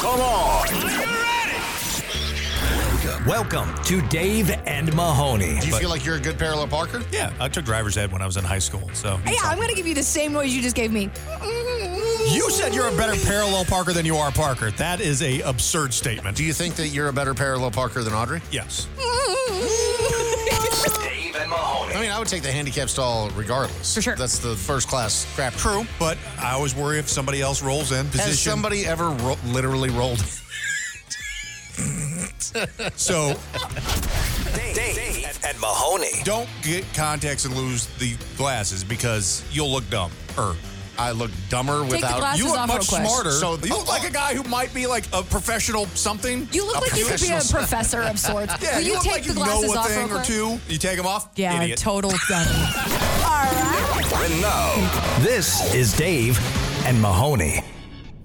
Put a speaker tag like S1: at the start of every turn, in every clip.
S1: Come on.
S2: Welcome to Dave and Mahoney.
S1: Do you
S2: But-
S1: feel like you're a good parallel parker?
S3: Yeah, I took driver's ed when I was in high school. So
S4: Yeah, I'm going to give you the same noise you just gave me.
S3: you said you're a better parallel parker than you are Parker. That is a absurd statement.
S1: Do you think that you're a better parallel parker than Audrey?
S3: Yes.
S4: Hmm.
S2: Dave and Mahoney.
S1: I mean, I would take the handicap stall regardless.
S4: For sure.
S1: That's the first class crap.
S3: True, but I always worry if somebody else rolls in position.
S1: Has somebody ever ro- literally rolled?
S3: so
S2: Dave, Dave and Mahoney.
S3: don't get contacts and lose the glasses because you'll look dumb. Er.
S1: I look dumber
S4: the
S1: without.
S4: glass- Glasses
S3: You look
S4: off
S3: much
S4: real quick.
S3: smarter.
S1: So-
S3: So you look like a guy who might be like a professional something.
S4: You look
S1: A
S4: like you could be a
S1: professional-
S4: professor of sorts.
S3: yeah,
S4: Will you,
S3: look
S4: take
S3: like
S4: the
S3: you know
S4: glasses
S3: a
S4: off real
S3: thing or
S4: quick?
S3: two. You take them off.
S4: Yeah,
S3: idiot.
S4: total dummy.
S2: Renault. This is Dave and Mahoney.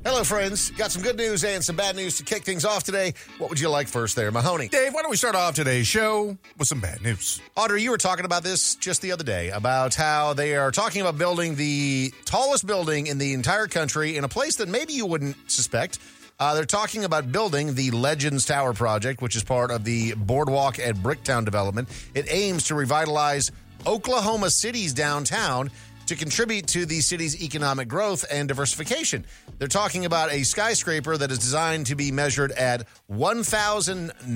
S1: Hello, friends. Got some good news and some bad news to kick things off today. What would you like first, there, Mahoney?
S3: Dave, why don't we start off today's show with some bad news?
S1: Audrey, you were talking about this just the other day about how they are talking about building the tallest building in the entire country in a place that maybe you wouldn't suspect. Uh, they're talking about building the Legends Tower project, which is part of the Boardwalk at Bricktown development. It aims to revitalize Oklahoma City's downtown to contribute to the city's economic growth and diversification. They're talking about a skyscraper that is designed to be measured at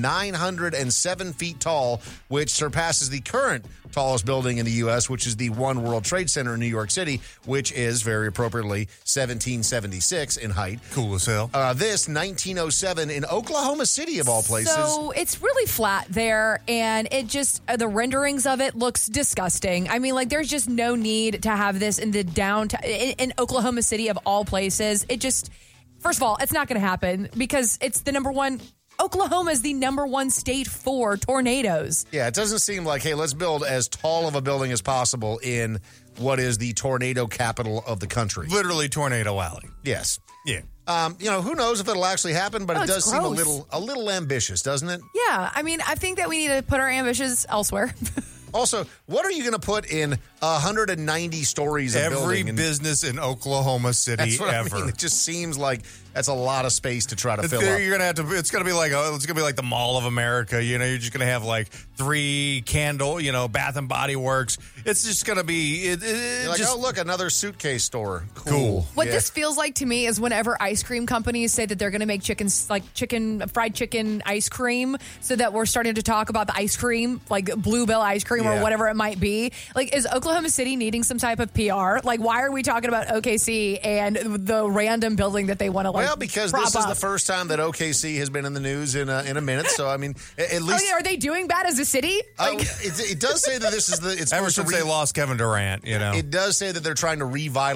S1: 1,907 feet tall, which surpasses the current tallest building in the U.S., which is the One World Trade Center in New York City, which is very appropriately 1776 in height.
S3: Cool as hell.
S1: Uh, this 1907 in Oklahoma City, of all places.
S4: So it's really flat there, and it just uh, the renderings of it looks disgusting. I mean, like there's just no need to have this in the downtown in, in Oklahoma City of all places. It just, first of all, it's not going to happen because it's the number one. Oklahoma is the number one state for tornadoes.
S1: Yeah, it doesn't seem like, hey, let's build as tall of a building as possible in what is the tornado capital of the country.
S3: Literally Tornado Alley.
S1: Yes.
S3: Yeah.
S1: Um, you know, who knows if it'll actually happen, but
S4: Oh,
S1: it
S4: it's
S1: does seem a
S4: gross.
S1: little a little ambitious, doesn't it?
S4: Yeah, I mean, I think that we need to put our ambitions elsewhere.
S1: Also, what are you going to put in 190 stories of
S3: Every
S1: building? And
S3: business in Oklahoma City
S1: that's what
S3: ever.
S1: I mean. It just seems like that's a lot of space to try to fill
S3: There
S1: up.
S3: you're gonna have to. It's gonna be like oh, it's gonna be like the Mall of America. You know, you're just gonna have like three candle. You know, Bath and Body Works. It's just gonna be. It, it- it
S1: You're like,
S3: just,
S1: oh, look, another suitcase store. Cool.
S3: Cool.
S4: What
S1: Yeah.
S4: this feels like to me is whenever ice cream companies say that they're going to make chicken, like chicken, fried chicken ice cream, so that we're starting to talk about the ice cream, like Bluebell ice cream
S3: Yeah.
S4: or whatever it might be. Like, is Oklahoma City needing some type of PR? Like, why are we talking about OKC and the random building that they want to like?
S1: Well, because
S4: prop
S1: this is
S4: up?
S1: the first time that OKC has been in the news in a, in a minute, so I mean, a- at
S4: Oh,
S1: least
S4: yeah, are they doing bad as a city?
S1: Uh,
S4: Like,
S1: it, it does say that this is the. It's
S3: ever
S1: supposed to
S3: since
S1: re-
S3: they lost Kevin Durant, you know,
S1: It does say that they're trying to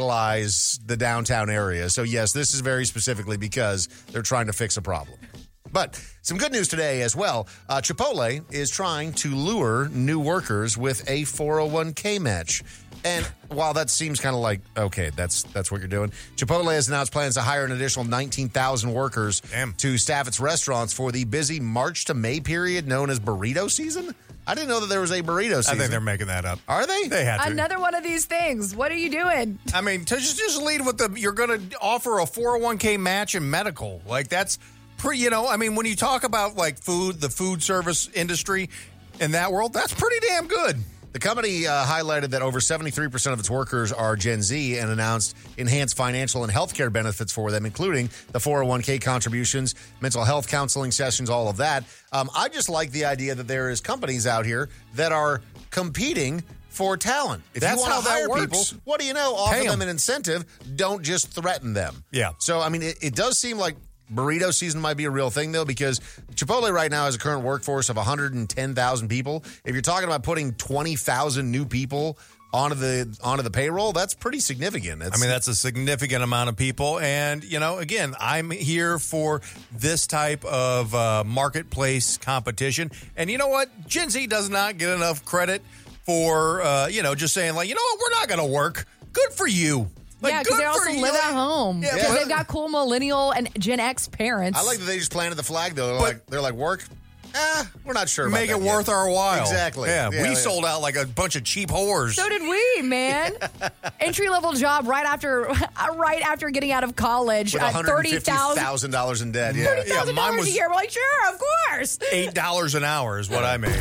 S1: revitalize the downtown area. So yes, this is very specifically because they're trying to fix a problem. But some good news today as well. Uh, Chipotle is trying to lure new workers with a 401k match. And while that seems kind of like okay, that's that's what you're doing. Chipotle has announced plans to hire an additional 19,000 workers
S3: Damn.
S1: to staff its restaurants for the busy March to May period known as burrito season. I didn't know that there was a burrito
S3: I
S1: season.
S3: think they're making that up.
S1: Are they?
S3: They had to.
S4: another one of these things. What are you doing?
S3: I mean, to just just lead with the you're going to offer a 401k match in medical. Like that's pretty, you know, I mean, when you talk about like food, the food service industry in that world, that's pretty damn good.
S1: The company uh, highlighted that over 73% of its workers are Gen Z and announced enhanced financial and healthcare benefits for them, including the 401k contributions, mental health counseling sessions, all of that. Um, I just like the idea that there is companies out here that are competing for talent. If
S3: That's
S1: you want
S3: how
S1: to
S3: that
S1: hire
S3: works.
S1: people, what do you know? Offer
S3: Pay 'em.
S1: them an incentive. Don't just threaten them.
S3: Yeah.
S1: So, I mean, it, it does seem like burrito season might be a real thing, though, because Chipotle right now has a current workforce of 110,000 people. If you're talking about putting 20,000 new people onto the onto the payroll. That's pretty significant.
S3: I mean, that's a significant amount of people. And, you know, again, I'm here for this type of uh, marketplace competition. And you know what? Gen Z does not get enough credit for, uh, you know, just saying, like, you know what? We're not going to work. Good for you. Like,
S4: yeah, because
S3: good
S4: they
S3: for
S4: also
S3: you.
S4: live at home.
S3: Yeah,
S4: Because
S3: but-
S4: they've got cool millennial and Gen X parents.
S1: I like that they just planted the flag though. They're
S3: But-
S1: like they're like work. Ah, we're not sure.
S3: Make it
S1: about that
S3: worth
S1: yet."
S3: our while.
S1: Exactly.
S3: Yeah, we
S1: yeah.
S3: sold out like a bunch of cheap whores.
S4: So did we, man. Entry level job right after right after getting out of college
S1: with
S4: at thirty thousand
S1: thousand dollars in debt. Yeah.
S3: Yeah, mine
S4: dollars
S3: was-
S4: uh, a year. We're like, sure, of course.
S3: Eight dollars an hour is what I made.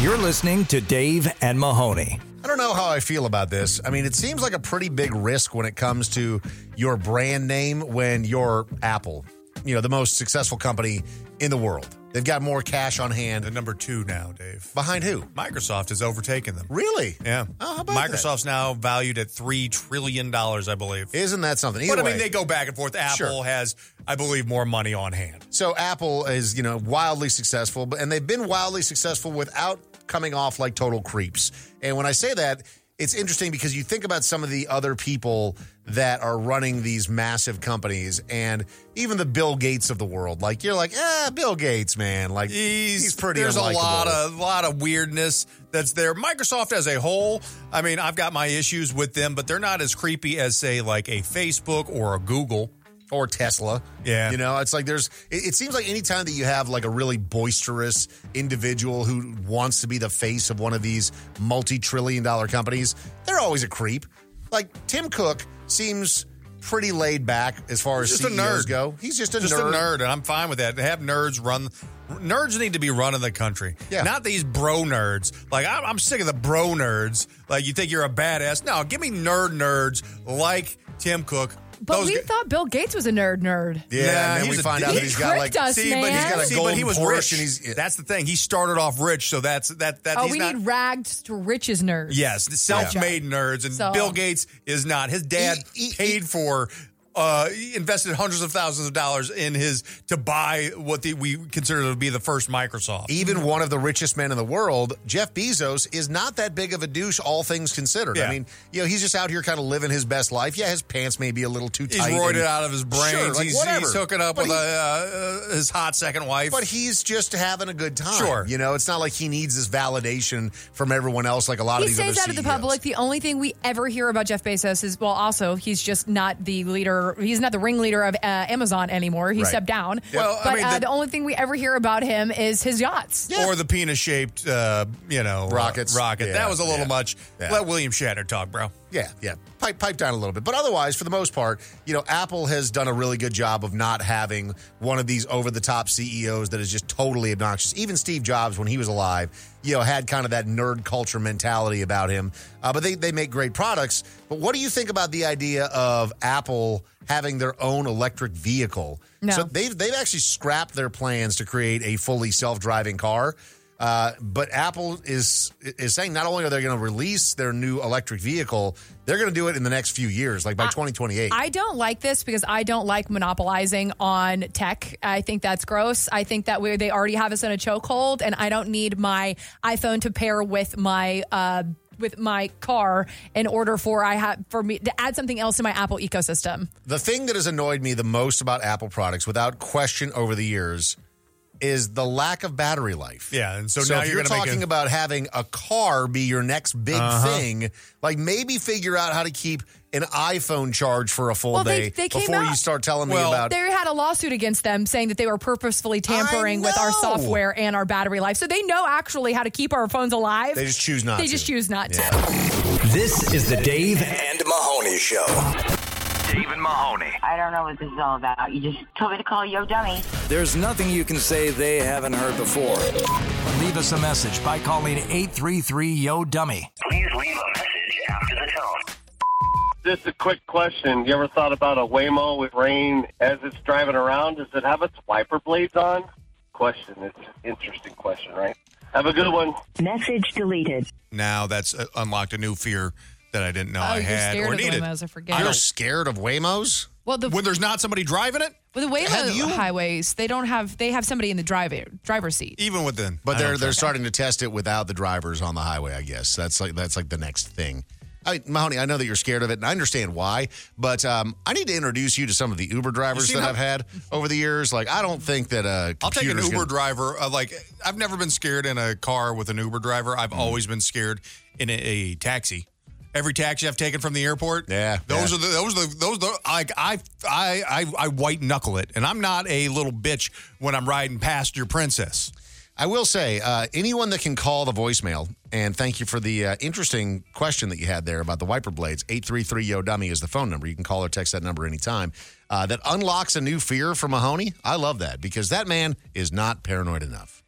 S2: You're listening to Dave and Mahoney.
S1: I don't know how I feel about this. I mean, it seems like a pretty big risk when it comes to your brand name when you're Apple, you know, the most successful company in the world. They've got more cash on
S3: The
S1: hand.
S3: number two now, Dave.
S1: Behind who?
S3: Microsoft has overtaken them.
S1: Really?
S3: Yeah.
S1: Oh, how about
S3: Microsoft's now valued at $3 trillion, I believe.
S1: that? Isn't that something? Either
S3: but I mean,
S1: way.
S3: they go back and forth. Apple
S1: Sure.
S3: has, I believe, more money on hand.
S1: So Apple is, you know, wildly successful, but and they've been wildly successful without coming off like total creeps. And when I say that, it's interesting because you think about some of the other people that are running these massive companies and even the Bill Gates of the world. Like you're like, "Ah, Bill Gates, man." Like he's, pretty
S3: There's
S1: unlikable.
S3: a lot of lot of weirdness that's there. Microsoft as a whole, I mean, I've got my issues with them, but they're not as creepy as say like a Facebook or a Google.
S1: or Tesla.
S3: Yeah.
S1: You know, it's like there's, it, it seems like any time that you have like a really boisterous individual who wants to be the face of one of these multi trillion dollar companies, they're always a creep. Like Tim Cook seems pretty laid back as far as
S3: Just a
S1: CEOs
S3: nerd.
S1: go. He's just a
S3: Just
S1: nerd.
S3: a nerd, and I'm fine with that. Have nerds run. Nerds need to be running the country.
S1: Yeah.
S3: Not these bro nerds. Like, I'm, I'm sick of the bro nerds. Like, you think you're a badass. No, give me nerd nerds like Tim Cook.
S4: But
S3: Those
S4: we
S3: g-
S4: thought Bill Gates was a nerd nerd.
S1: Yeah,
S3: Nah,
S1: and then we
S3: he's a
S1: find out
S4: dick.
S1: that he's got
S4: He
S1: like,
S4: tricked us,
S1: see,
S3: See, but he's
S4: man.
S3: got a
S1: See, but
S3: golden
S1: he was
S3: Porsche
S1: rich.
S3: and he's- that's the thing. He started off rich, so that's that that.
S4: Oh,
S3: he's
S4: we
S3: not,
S4: need ragged to riches nerds.
S3: yes, the self-made nerds, and
S4: So-
S3: Bill Gates is not. His dad
S1: He- he-
S3: paid for. Uh, he invested hundreds of thousands of dollars in his to buy what the, we consider to be the first Microsoft.
S1: even one of the richest men in the world, Jeff Bezos, is not that big of a douche, all things considered. I
S3: Yeah.
S1: mean, you know, he's just out here kind of living his best life. Yeah, his pants may be a little too
S3: He's
S1: tight.
S3: roided
S1: and-
S3: out of his brains.
S1: Sure, like,
S3: he's,
S1: whatever.
S3: he's hooking up
S1: But
S3: with
S1: he-
S3: a, uh, his hot second wife.
S1: But he's just having a good time.
S3: Sure.
S1: You know, it's not like he needs this validation from everyone else like a lot
S4: He
S1: of these other E
S4: stays out of the
S1: CEOs.
S4: public.
S3: E
S4: The only thing we ever hear about Jeff Bezos is, well, also he's just not the leader. He's not the ringleader of uh, Amazon anymore. He
S1: Right.
S4: stepped down.
S3: Well, I
S4: but
S3: mean,
S4: uh,
S3: the-
S4: the only thing we ever hear about him is his yachts.
S3: or the penis-shaped, uh, you know, uh,
S1: Rockets.
S3: rocket.
S1: Yeah,
S3: that was a little
S1: yeah,
S3: much.
S1: yeah.
S3: Let William Shatner talk, bro.
S1: Yeah, yeah. Pipe, pipe down a little bit. But otherwise, for the most part, you know, Apple has done a really good job of not having one of these over the top CEOs that is just totally obnoxious. Even Steve Jobs, when he was alive, you know, had kind of that nerd culture mentality about him. Uh, but they, they make great products. But what do you think about the idea of Apple having their own electric vehicle?
S4: No.
S1: So they've, they've actually scrapped their plans to create a fully self driving car. Uh, but Apple is is saying not only are they going to release their new electric vehicle, they're going to do it in the next few years, like by 2028.
S4: I don't like this because I don't like monopolizing on tech. I think that's gross. I think that we they already have us in a chokehold, and I don't need my iPhone to pair with my. Uh, with my car in order for I have for me to add something else to my Apple ecosystem.
S1: the thing that has annoyed me the most about Apple products, without question, over the years, is the lack of battery life.
S3: Yeah, and so
S1: So
S3: now
S1: if
S3: you're
S1: you're,
S3: gonna make
S1: talking
S3: a- Uh-huh.
S1: about having a car be your next big thing, like maybe figure out how to keep an iPhone charge for a full
S4: Well, they-
S1: day
S4: they came
S1: before you
S4: out-
S1: start telling
S3: Well,
S1: me about
S4: They had a lawsuit against them saying that they were purposefully tampering with our
S1: know.
S4: software and our battery life. So they know actually how to keep our phones alive.
S1: They just choose not
S4: They
S1: to.
S4: just choose not to.
S2: This is the Dave and Mahoney Show.
S5: Dave and Mahoney.
S6: I don't know what this is all about. You just told me to call yo dummy.
S2: There's nothing you can say they haven't heard before. Leave us a message by calling 833 Yo Dummy.
S5: Please leave a message after the tone.
S7: Just a quick question. You ever thought about a Waymo with rain as it's driving around? Does it have its wiper blades on? Question. It's an interesting question, right? Have a good one.
S6: Message deleted.
S3: Now that's uh, unlocked a new fear that I didn't know
S4: Oh,
S3: I
S4: you're
S3: had
S4: scared
S3: or
S4: of
S3: needed.
S4: Waymo's, I forget.
S3: I
S1: You're
S3: don't-
S1: scared of Waymos?
S4: Well, the
S3: when there's not somebody driving it,
S4: With the
S1: Have
S4: Waymo
S1: you-
S4: highways, they don't have they have somebody in the driver driver's seat.
S3: Even within,
S1: But they're they're starting to test it without the drivers on the highway. I guess that's like that's like the next thing. I mean, Mahoney, I know that you're scared of it, and I understand why. But um, I need to introduce you to some of the Uber drivers
S3: seen
S1: that
S3: how-
S1: I've had over the years. Like, I don't think that a
S3: I'll take an
S1: computer's
S3: Uber
S1: gonna-
S3: driver. Uh, like I've never been scared in a car with an Uber driver.
S1: Mm.
S3: I've always been scared in a, a taxi. Every taxi I've taken from the airport,
S1: Yeah,
S3: those
S1: yeah.
S3: are the those are the those the like I I I, I white knuckle it, and I'm not a little bitch when I'm riding past your princess.
S1: I will say, uh, anyone that can call the voicemail, and thank you for the uh, interesting question that you had there about the wiper blades. 833 Yo Dummy is the phone number. You can call or text that number anytime. Uh, that unlocks a new fear for Mahoney. I love that because that man is not paranoid enough.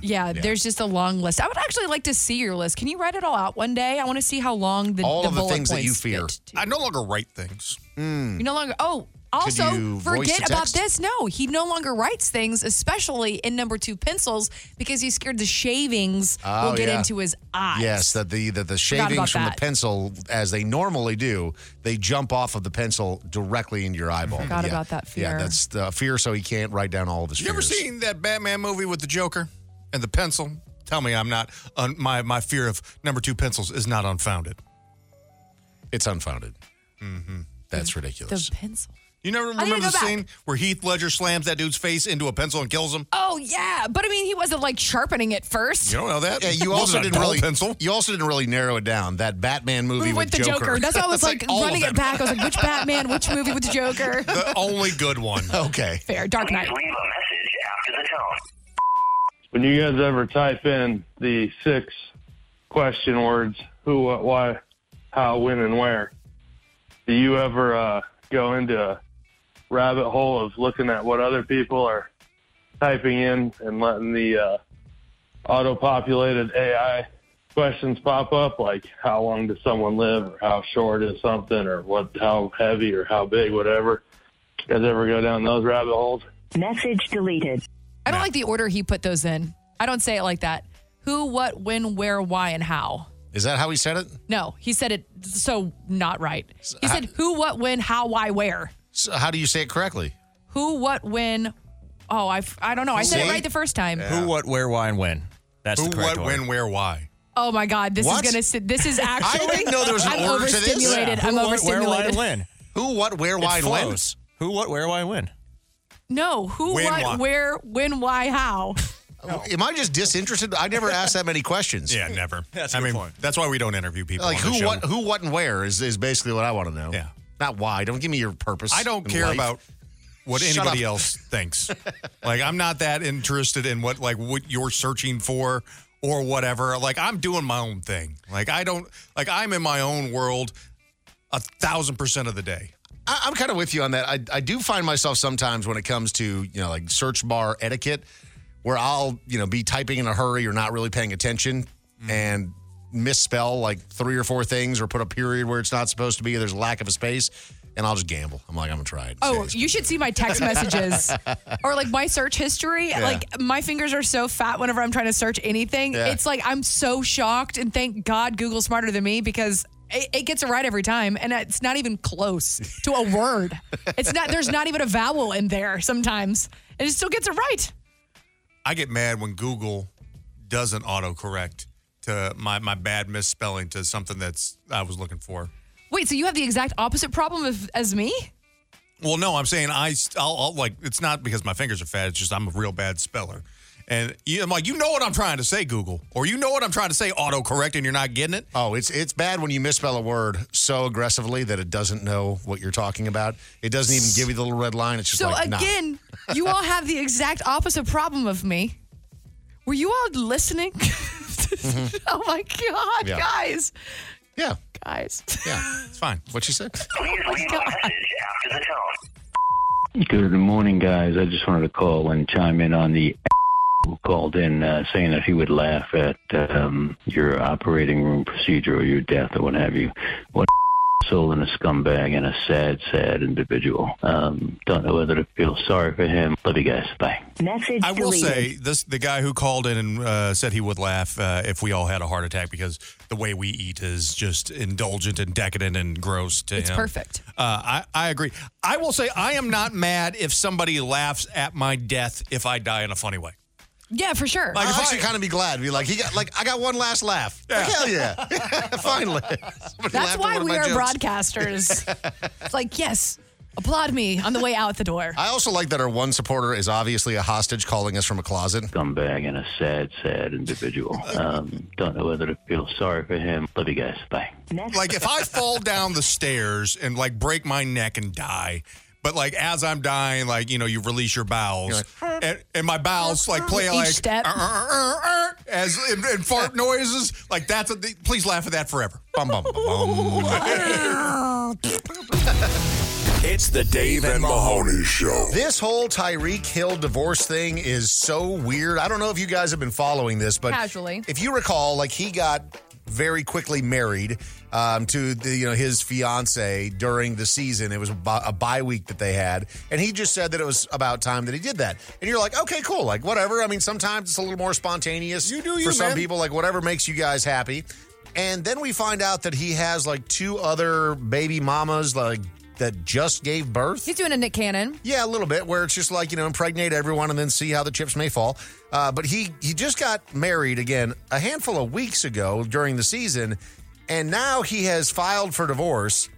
S4: Yeah, there's just a long list. I would actually like to see your list. Can you write it all out one day? I want to see how long the
S1: All
S4: the
S1: of the
S4: bullet
S1: things that you
S4: points
S1: fear.
S4: get to.
S3: I no longer write things.
S4: You no longer. Oh, also
S1: you voice
S4: forget
S1: to
S4: about
S1: text?
S4: this. No, he no longer writes things, especially in number two pencils, because he's scared the shavings
S1: Oh,
S4: will get
S1: yeah.
S4: into his eyes.
S1: Yes, that the that the
S4: Forgot about
S1: shavings from the
S4: that.
S1: pencil, as they normally do, they jump off of the pencil directly into your eyeball.
S4: Forgot about that
S1: Yeah,
S4: fear.
S1: that's the fear, so he can't write down all of his
S3: You ever
S1: fears.
S3: seen that Batman movie with the Joker and the pencil? Tell me I'm not un, my my fear of number two pencils is not unfounded. Mm-hmm.
S1: It's unfounded. That's
S4: the
S1: ridiculous.
S4: pencil.
S3: You never
S4: need to
S3: remember the
S4: go back.
S3: scene where Heath Ledger slams that dude's face into a pencil and kills him?
S4: Oh yeah, but I mean, he wasn't like sharpening it first.
S3: You don't know that?
S1: Yeah, you
S3: Wasn't
S1: also
S3: a
S1: didn't
S3: dull
S1: really
S3: pencil.
S1: You also didn't really narrow it down. That Batman movie
S4: With, the Joker. That's why I was like,
S3: all of
S4: running
S3: them.
S4: it back. I was like, which Batman, which movie with the Joker?
S3: The only good one.
S1: okay.
S4: Fair, Dark Knight.
S8: Please leave a message after the tone.
S9: When you guys ever type in the six question words who, what, why, how, when, and where, do you ever uh, go into a rabbit hole of looking at what other people are typing in and letting the uh, auto populated AI questions pop up, like how long does someone live, or how short is something, or what, how heavy, or how big, whatever? You guys ever go down those rabbit holes?
S6: Message deleted.
S4: I don't like the order he put those in. I don't say it like that. Who, what, when, where, why, and how.
S1: Is that how he said it?
S4: No, he said it so not right. He said who, what, when, how, why, where.
S1: So how do you say it correctly?
S4: Who, what, when. Oh, I, f- I don't know. I said it
S1: See?
S4: right the first time.
S2: Who, what, where, why, and when. That's
S3: Who,
S2: the correct
S3: what,
S2: order.
S3: when, where, why?
S4: Oh my God, this is
S1: What?
S4: is gonna. sit This is actually.
S1: didn't know there was an
S4: I'm
S1: order to this.
S4: overstimulated.
S2: Who,
S4: I'm
S2: what, where, why,
S4: overstimulated.
S2: and when.
S1: Who, what, where, why,
S2: it
S1: and when?
S2: flows. Who, what, where, why, and when.
S4: No, who,
S3: When,
S4: what,
S3: why.
S4: where, when, why, how.
S1: Am I just disinterested? I never asked that many questions.
S3: Yeah, never.
S2: That's a
S3: I
S2: good
S3: mean,
S2: point.
S3: that's why we don't interview people.
S1: Like
S3: on the
S1: who,
S3: show.
S1: what, who, what, and where is is basically what I want to know.
S3: Yeah.
S1: Not why. Don't give me your purpose.
S3: I don't
S1: in
S3: care
S1: life.
S3: about what
S1: Shut
S3: anybody
S1: up.
S3: else thinks. like I'm not that interested in what like what you're searching for or whatever. Like I'm doing my own thing. Like I don't like I'm in my own world a thousand percent of the day.
S1: I, I'm kind of with you on that. I, I do find myself sometimes when it comes to, you know, like search bar etiquette, where I'll, you know, be typing in a hurry or not really paying attention
S3: Mm.
S1: and misspell like three or four things or put a period where it's not supposed to be. There's a lack of a space. And I'll just gamble. I'm like, I'm going to try it.
S4: Oh,
S1: See,
S4: you should see my text messages or like my search history. Like my fingers are so fat whenever I'm trying to search anything.
S1: Yeah.
S4: It's like I'm so shocked, and thank God Google's smarter than me because it, it gets it right every time, and it's not even close to a word. It's not. There's not even a vowel in there sometimes, and it still gets it right.
S3: I get mad when Google doesn't autocorrect to my, my bad misspelling to something that's I was looking for.
S4: Wait, so you have the exact opposite problem of, as me?
S3: Well, no, I'm saying I, will I'll like it's not because my fingers are fat. It's just I'm a real bad speller, and you, I'm like, you know what I'm trying to say, Google, or you know what I'm trying to say, autocorrect, and you're not getting it.
S1: Oh, it's it's bad when you misspell a word so aggressively that it doesn't know what you're talking about. It doesn't even give you the little red line. It's just
S4: So
S1: like, nah.
S4: again, you all have the exact opposite problem of me. Were you all listening? oh my god,
S1: Yeah.
S4: guys,
S1: Yeah,
S4: guys.
S1: yeah.
S3: It's fine.
S1: What she said.
S8: Please leave a message after the tone.
S10: Good morning, guys. I just wanted to call and chime in on the who called in uh, saying that he would laugh at um, your operating room procedure or your death or what have you. What
S9: soul and a scumbag and a sad, sad individual. Um, don't know whether to feel sorry for him. Love you guys. Bye.
S6: Message
S1: I will
S6: deleted.
S1: say this: the guy who called in and uh, said he would laugh uh, if we all had a heart attack because the way we eat is just indulgent and decadent and gross. To
S4: It's
S1: him.
S4: perfect.
S1: Uh, I I agree. I will say I am not mad if somebody laughs at my death if I die in a funny way.
S4: Yeah, for sure.
S3: Like,
S1: If
S3: if
S1: I-
S3: I should kind of be glad, be like, he got like I got one last laugh. Like, hell yeah, finally. Somebody laughed
S4: That's
S3: at
S4: why
S3: one of
S4: we
S3: my
S4: are
S3: jokes.
S4: broadcasters. it's like, yes, applaud me on the way out the door.
S3: I also like that our one supporter is obviously a hostage calling us from a closet.
S9: Scumbag and a sad, sad individual. Um, don't know whether to feel sorry for him. Love you guys. Bye.
S1: Like if I fall down the stairs and like break my neck and die. But like as I'm dying, like you know, you release your bowels, and, and my bowels like play
S4: Each
S1: like
S4: step.
S1: "Arr, arr, arr, arr," as and, and fart noises. Like that's a, please laugh at that forever. Bum, bum, bum, bum.
S11: It's the Dave and Mahoney Show.
S3: This whole Tyreek Hill divorce thing is so weird. I don't know if you guys have been following this, but
S4: Casually.
S3: if you recall, like he got very quickly married um, to the, you know his fiance during the season. It was a bi- a bye week that they had, and he just said that it was about time that he did that. And you're like, okay, cool, like whatever. I mean, sometimes it's a little more spontaneous.
S1: You do you,
S3: for some
S1: man.
S3: people, like whatever makes you guys happy. And then we find out that he has like two other baby mamas, like that just gave birth.
S4: He's doing a Nick Cannon.
S3: Yeah, a little bit, where it's just like you know, impregnate everyone and then see how the chips may fall. Uh, but he he just got married again a handful of weeks ago during the season, and now he has filed for divorce.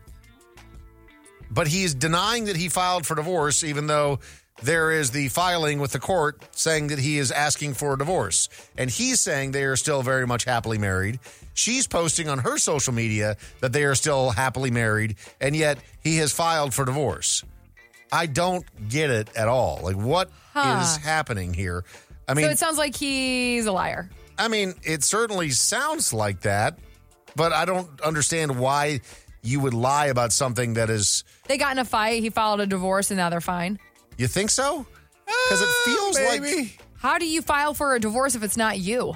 S3: But he is denying that he filed for divorce, even though there is the filing with the court saying that he is asking for a divorce. And he's saying they are still very much happily married. She's posting on her social media that they are still happily married, and yet he has filed for divorce. I don't get it at all. Like, what is happening here? I mean,
S4: So it sounds like he's a liar.
S3: I mean, it certainly sounds like that, but I don't understand why you would lie about something that is.
S4: They got in a fight. He filed a divorce, and now they're fine.
S3: You think so? Because it feels like.
S1: Maybe.
S4: How do you file for a divorce if it's not you?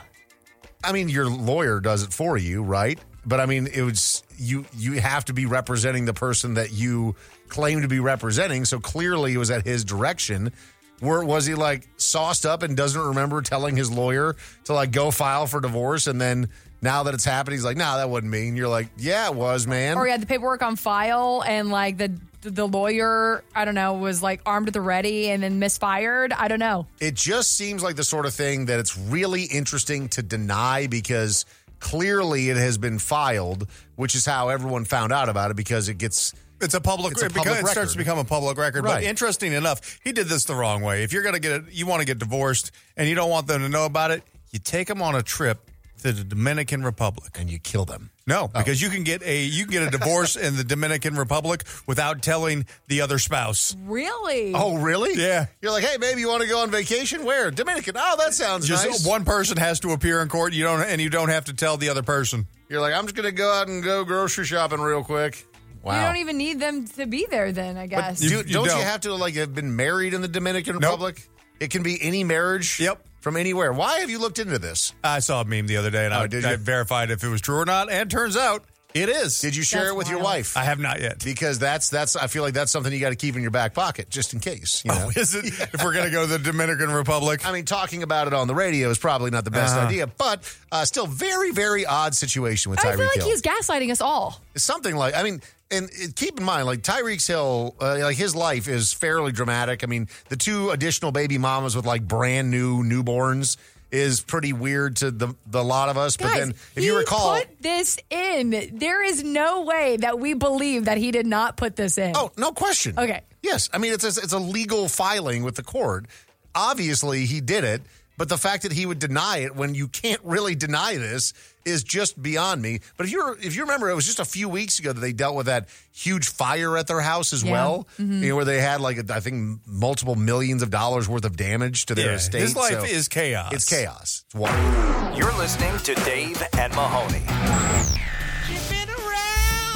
S3: I mean, your lawyer does it for you, right? But I mean, it was you. You have to be representing the person that you claim to be representing. So clearly, it was at his direction. Where was he like sauced up and doesn't remember telling his lawyer to like go file for divorce? And then now that it's happened, he's like, "Nah, that wasn't me." And you're like, "Yeah, it was, man."
S4: Or he had the paperwork on file, and like the the lawyer, I don't know, was like armed to the ready, and then misfired. I don't know.
S3: it just seems like the sort of thing that it's really interesting to deny because clearly it has been filed, which is how everyone found out about it because it gets.
S1: It's a public.
S3: It's a
S1: it beco-
S3: public
S1: it starts to
S3: record.
S1: become a public record. But
S3: Right.
S1: interesting enough, he did this the wrong way. If you're gonna get a, you want to get divorced and you don't want them to know about it, you take them on a trip to the Dominican Republic and you kill them. No,
S3: Oh.
S1: because you can get a you can get a divorce in the Dominican Republic without telling the other spouse.
S4: Really?
S3: Oh, really?
S1: Yeah.
S3: You're like, hey, babe, you want to go on vacation? Where? Dominican. Oh, that sounds
S1: Just
S3: nice.
S1: one person has to appear in court. You don't and you don't have to tell the other person.
S3: You're like, I'm just going to go out and go grocery shopping real quick.
S4: You
S3: Wow.
S4: don't even need them to be there, then I guess.
S3: Do,
S1: You- you
S3: not you
S1: don't.
S3: have to like have been married in the Dominican Republic? It can be any marriage.
S1: Yep.
S3: From anywhere. Why have you looked into this?
S1: I saw a meme the other day and
S3: Oh,
S1: I,
S3: did
S1: I
S3: you?
S1: verified if it was true or not, and turns out it is.
S3: Did you share
S4: That's
S3: it with your
S4: wild.
S3: wife?
S1: I have not yet.
S3: because that's that's I feel like that's something you got to keep in your back pocket just in case. You know?
S1: Oh, is it? If we're gonna go to the Dominican Republic,
S3: I mean, talking about it on the radio is probably not the best
S1: Uh-huh.
S3: idea, but uh, still, very very odd situation with
S4: I feel
S3: Tyreek
S4: like
S3: Hill.
S4: he's gaslighting us all.
S3: Something like I mean. And uh, keep in mind, like Tyreek Hill, uh, like his life is fairly dramatic. I mean, the two additional baby mamas with like brand new newborns is pretty weird to the the lot of us. but
S4: Guys,
S3: then, if
S4: he
S3: you recall,
S4: put this in. There is no way that we believe that he did not put this in.
S3: Oh, no question.
S4: Okay.
S3: Yes, I mean it's a, it's a legal filing with the court. Obviously, he did it, but the fact that he would deny it when you can't really deny this is just beyond me. But if you are if you remember, it was just a few weeks ago that they dealt with that huge fire at their house as
S4: Yeah. Mm-hmm.
S3: well, you know, where they had like I think multiple millions of dollars worth of damage to their
S1: Yeah,
S3: estate.
S1: his life
S3: So
S1: is chaos.
S3: It's chaos. It's wild.
S11: You're listening to Dave and Mahoney.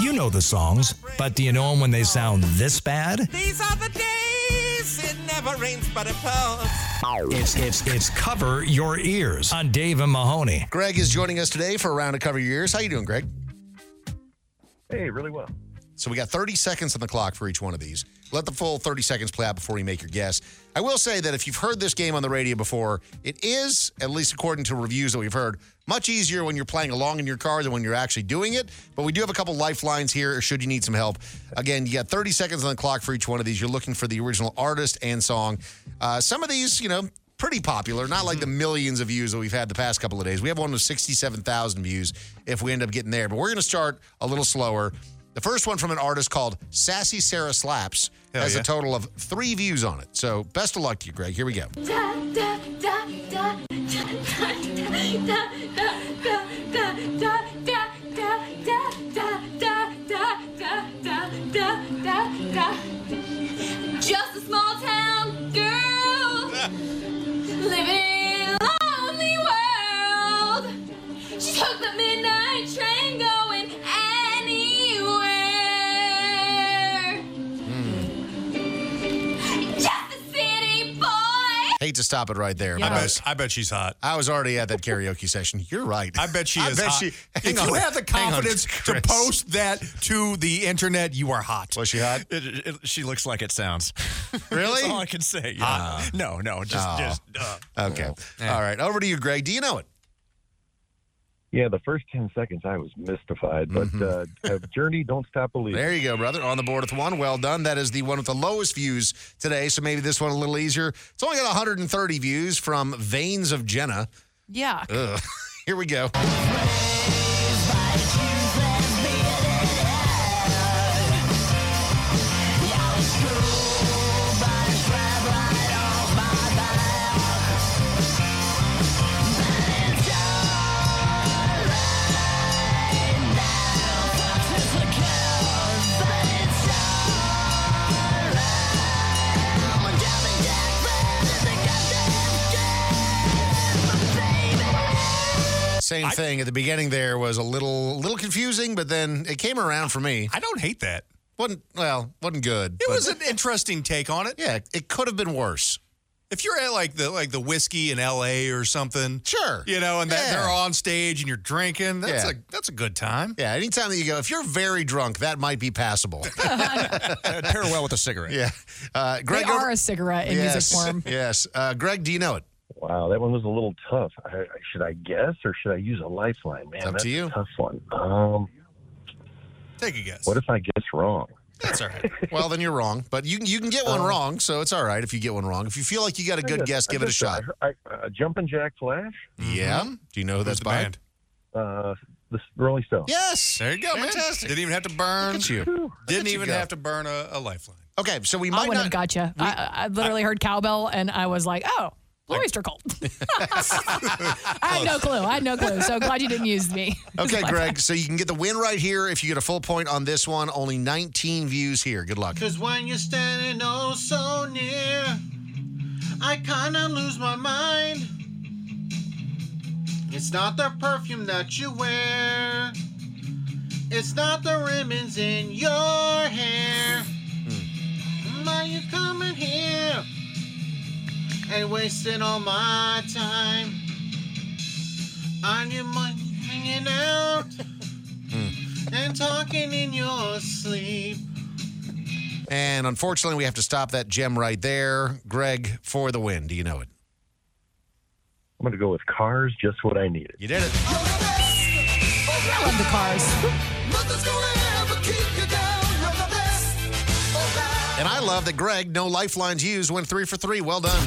S2: You know the songs, but do you know them when they sound this bad?
S12: These are the days it never rains but it pours.
S2: It's it's it's cover your ears on Dave and Mahoney.
S3: Greg is joining us today for a round of cover your ears. How you doing, Greg?
S9: Hey, really well.
S3: So we got 30 seconds on the clock for each one of these. Let the full 30 seconds play out before you make your guess. I will say that if you've heard this game on the radio before, it is, at least according to reviews that we've heard, much easier when you're playing along in your car than when you're actually doing it. But we do have a couple lifelines here should you need some help. Again, you got 30 seconds on the clock for each one of these. You're looking for the original artist and song. Uh, some of these, you know, pretty popular, not like the millions of views that we've had the past couple of days. We have one with 67,000 views if we end up getting there. But we're going to start a little slower. The first one from an artist called Sassy Sarah Slaps
S4: Hell
S3: has
S4: yeah.
S3: a total of three views on it. So best of luck to you, Greg. Here we go.
S4: Da, da, da, da, da, da, da, da, da, da, da, da, da, da, da, da, da, da, da, da, da, da. Just a small town girl living in a lonely world. She took the midnight train going anywhere. Just a city boy.
S3: Hate to stop it right there.
S4: Yeah. I
S3: but
S4: bet-
S3: was- I bet she's hot. I was already at that karaoke session. You're right. I bet
S13: she is hot. If
S3: hang
S13: you
S3: on.
S13: have the
S3: Hang on,
S13: confidence to
S3: Chris.
S13: post that to the internet, you are hot.
S3: Was she hot?
S14: It, it, she looks like it sounds.
S3: Really?
S14: That's all I can say. Yeah. no, no, just,
S3: Oh.
S14: just. Uh,
S3: Okay. All right. Over to you, Greg. Do you know it?
S9: Yeah, the first 10 seconds I was mystified, but
S13: Mm-hmm.
S9: uh, Journey, don't stop believing.
S3: There you go, brother. On the board with one. Well done. That is the one with the lowest views today. So maybe this one a little easier. It's only got 130 views from Veins of Jenna.
S15: Yeah.
S3: Ugh. Here we go. Same thing at the beginning. There was a little, little confusing, but then it came around for me. I don't hate that. wasn't well, wasn't good.
S13: It was an interesting take on it.
S3: Yeah, it could have been worse.
S13: If you're at like the like the whiskey in L.A. or something,
S3: sure,
S13: you know, and that
S3: Yeah.
S13: they're on stage and you're drinking. That's
S3: Yeah.
S13: a that's a good time.
S3: Yeah, anytime that you go, if you're very drunk, that might be passable.
S14: pair well with a cigarette.
S3: Yeah, uh, Greg.
S15: they
S3: over-
S15: are a cigarette in
S3: Yes,
S15: music form.
S3: Yes, uh, Greg. Do you know it?
S9: Wow, that one was a little tough. I, I- should I guess or should I use a lifeline? Man,
S3: Up to
S9: that's
S3: you.
S9: a tough one. Um,
S13: Take a guess.
S9: what if I guess wrong?
S13: That's all right.
S3: Well, then you're wrong, but you can you can get one
S9: Oh.
S3: wrong, so it's all right if you get one wrong. If you feel like you got a good
S9: I
S3: guess, give
S9: I
S3: it a shot.
S9: I, I, uh, Jumpin' Jack Flash? Mm-hmm.
S3: Yeah. Do you know who that's by?
S9: Uh, the Rolling Stones.
S3: Yes.
S13: There you go.
S3: Fantastic.
S13: Man. Didn't even have to burn.
S3: Look at you. Look
S13: Didn't
S3: at you
S13: even
S3: go.
S13: have to burn a, a lifeline.
S3: Okay, so we
S15: I
S3: might
S15: wouldn't
S3: not.
S15: have gotcha. I, I literally heard cowbell and I was like, oh, Cloister Colt. I had no clue. I had no clue. So glad you didn't use me.
S3: Okay, Greg. So you can get the win right here if you get a full point on this one. Only 19 views here. Good luck.
S1: Cause when you're standing oh so near, I kinda lose my mind. It's not the perfume that you wear, it's not the ribbons in your hair. Why you coming here and wasting all my time on your mind hanging out and talking in your sleep?
S3: And unfortunately, we have to stop that gem right there. Greg for the win. Do you know it?
S9: I'm going to go with Cars, just what I needed.
S3: You did it.
S15: I love the cars.
S3: And I love that Greg, no lifelines used, went three for three. Well done.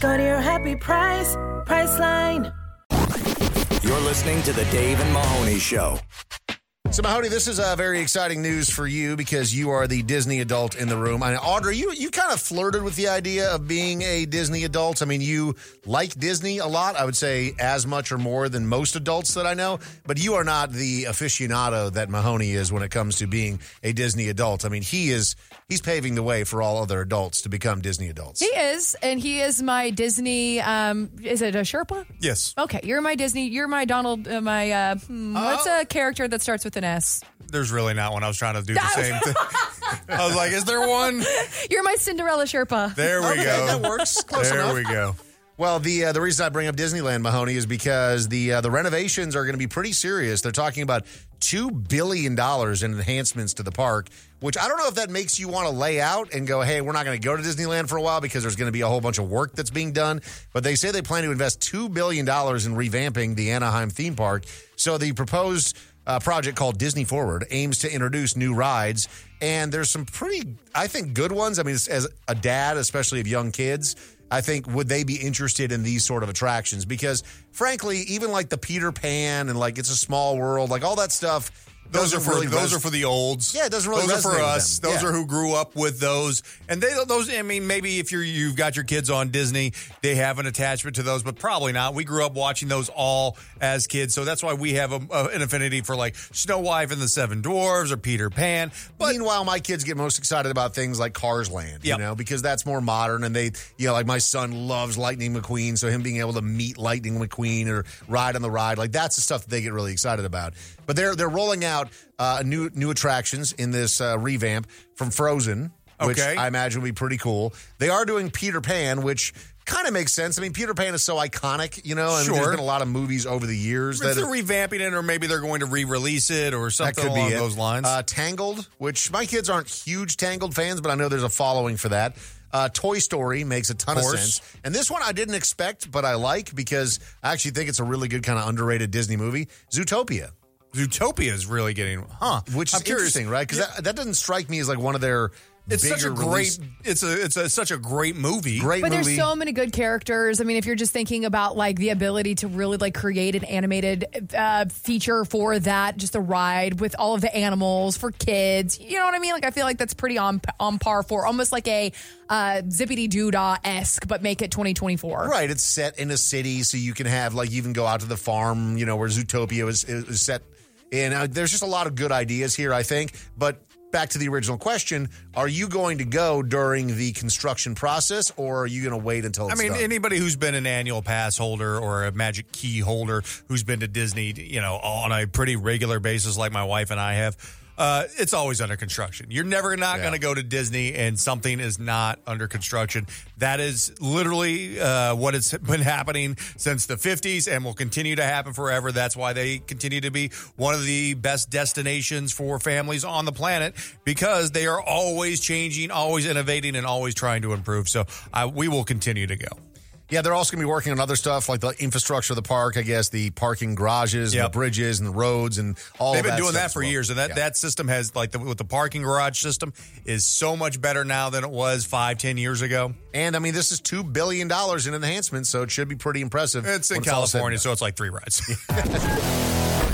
S16: Go to your happy price, Priceline.
S2: You're listening to the Dave and Mahoney Show.
S1: So, Mahoney, this is uh, very exciting news for you because you are the Disney adult in the room. And Audrey, you, you kind of flirted with the idea of being a Disney adult. I mean, you like Disney a lot. I would say as much or more than most adults that I know. But you are not the aficionado that Mahoney is when it comes to being a Disney adult. I mean, he is he's paving the way for all other adults to become Disney adults.
S4: He is, and he is my Disney. Um, is it a Sherpa?
S1: Yes.
S4: Okay, you're my Disney. You're my Donald. Uh, my uh, hmm, what's
S15: Oh.
S4: a character that starts with an S?
S3: There's really not one. I was trying to do the same thing. I was like, is there one?
S4: You're my Cinderella Sherpa.
S3: There we go.
S1: Oh, that works. Close
S3: there
S1: enough.
S3: we go.
S1: Well, the uh, the reason I bring up Disneyland Mahoney is because the uh, the renovations are going to be pretty serious. They're talking about two billion dollars in enhancements to the park, which I don't know if that makes you want to lay out and go, "Hey, we're not going to go to Disneyland for a while because there's going to be a whole bunch of work that's being done." But they say they plan to invest two billion dollars in revamping the Anaheim theme park. So the proposed uh, project called Disney Forward aims to introduce new rides, and there's some pretty, I think, good ones. I mean, as- as a dad, especially of young kids. I think would they be interested in these sort of attractions? Because frankly, even like the Peter Pan and like It's a Small World, like all that stuff.
S3: Those are
S1: doesn't
S3: for
S1: really
S3: those
S1: res-
S3: are for the olds.
S1: Yeah, it doesn't really.
S3: Those are
S1: resonate
S3: for
S1: with
S3: us.
S1: them.
S3: Those
S1: Yeah.
S3: are who grew up with those. And they those. I mean, maybe if you're you've got your kids on Disney, they have an attachment to those, but probably not. We grew up watching those all as kids, so that's why we have a, a- an affinity for like Snow White and the Seven Dwarves or Peter Pan. But
S1: meanwhile, my kids get most excited about things like Cars Land, you know, because that's more modern and they, you know, like my son loves Lightning McQueen. So him being able to meet Lightning McQueen or ride on the ride, like that's the stuff that they get really excited about. But they're, they're rolling out uh, new, new attractions in this uh, revamp from Frozen, which
S3: Okay.
S1: I imagine would be pretty cool. They are doing Peter Pan, which kind of makes sense. I mean, Peter Pan is so iconic, you know, and there's
S3: Sure.
S1: been a lot of movies over the years
S3: if
S1: that
S3: they're revamping it, or maybe they're going to re-release it, or something along
S1: it.
S3: those lines.
S1: Uh, Tangled, which my kids aren't huge Tangled fans, but I know there's a following for that. Uh, Toy Story makes a ton of,
S3: Of course.
S1: sense, and this one I didn't expect, but I like because I actually think it's a really good kind of underrated Disney movie. Zootopia,
S3: Zootopia is really getting, huh?
S1: Which
S3: I'm
S1: is
S3: curious.
S1: interesting, right? Because that, that doesn't strike me as like one of their.
S3: It's such a
S1: bigger
S3: great.
S1: release-
S3: It's a. It's a, such a great movie.
S1: Great
S4: but
S1: movie.
S4: there's so many good characters. I mean, if you're just thinking about like the ability to really like create an animated uh, feature for that, just a ride with all of the animals for kids, you know what I mean? Like, I feel like that's pretty on on par for almost like a uh, zippity doo dah esque, but make it 2024.
S1: Right, it's set in a city, so you can have like you can go out to the farm, you know, where Zootopia is, is, is set. And uh, there's just a lot of good ideas here, I think. But back to the original question: Are you going to go during the construction process, or are you going to wait until?
S3: I
S1: It's
S3: mean,
S1: done?
S3: anybody who's been an annual pass holder or a Magic Key holder who's been to Disney, you know, on a pretty regular basis, like my wife and I have, uh, it's always under construction. You're never not going to go to Disney and something is not under construction. That is literally uh, what has been happening since the 50s and will continue to happen forever. That's why they continue to be one of the best destinations for families on the planet because they are always changing, always innovating, and always trying to improve. So uh, we will continue to go.
S1: Yeah, they're also going to be working on other stuff like the infrastructure of the park, I guess, the parking garages, and
S3: Yep.
S1: the bridges, and the roads, and all.
S3: They've
S1: of
S3: been
S1: that
S3: doing
S1: stuff
S3: that
S1: as
S3: for
S1: well.
S3: years, and that, that system has like the, with the parking garage system is so much better now than it was five, ten years ago.
S1: And I mean, this is two billion dollars in enhancements, so it should be pretty impressive.
S3: It's in
S1: when all said and
S3: California, so it's like three rides.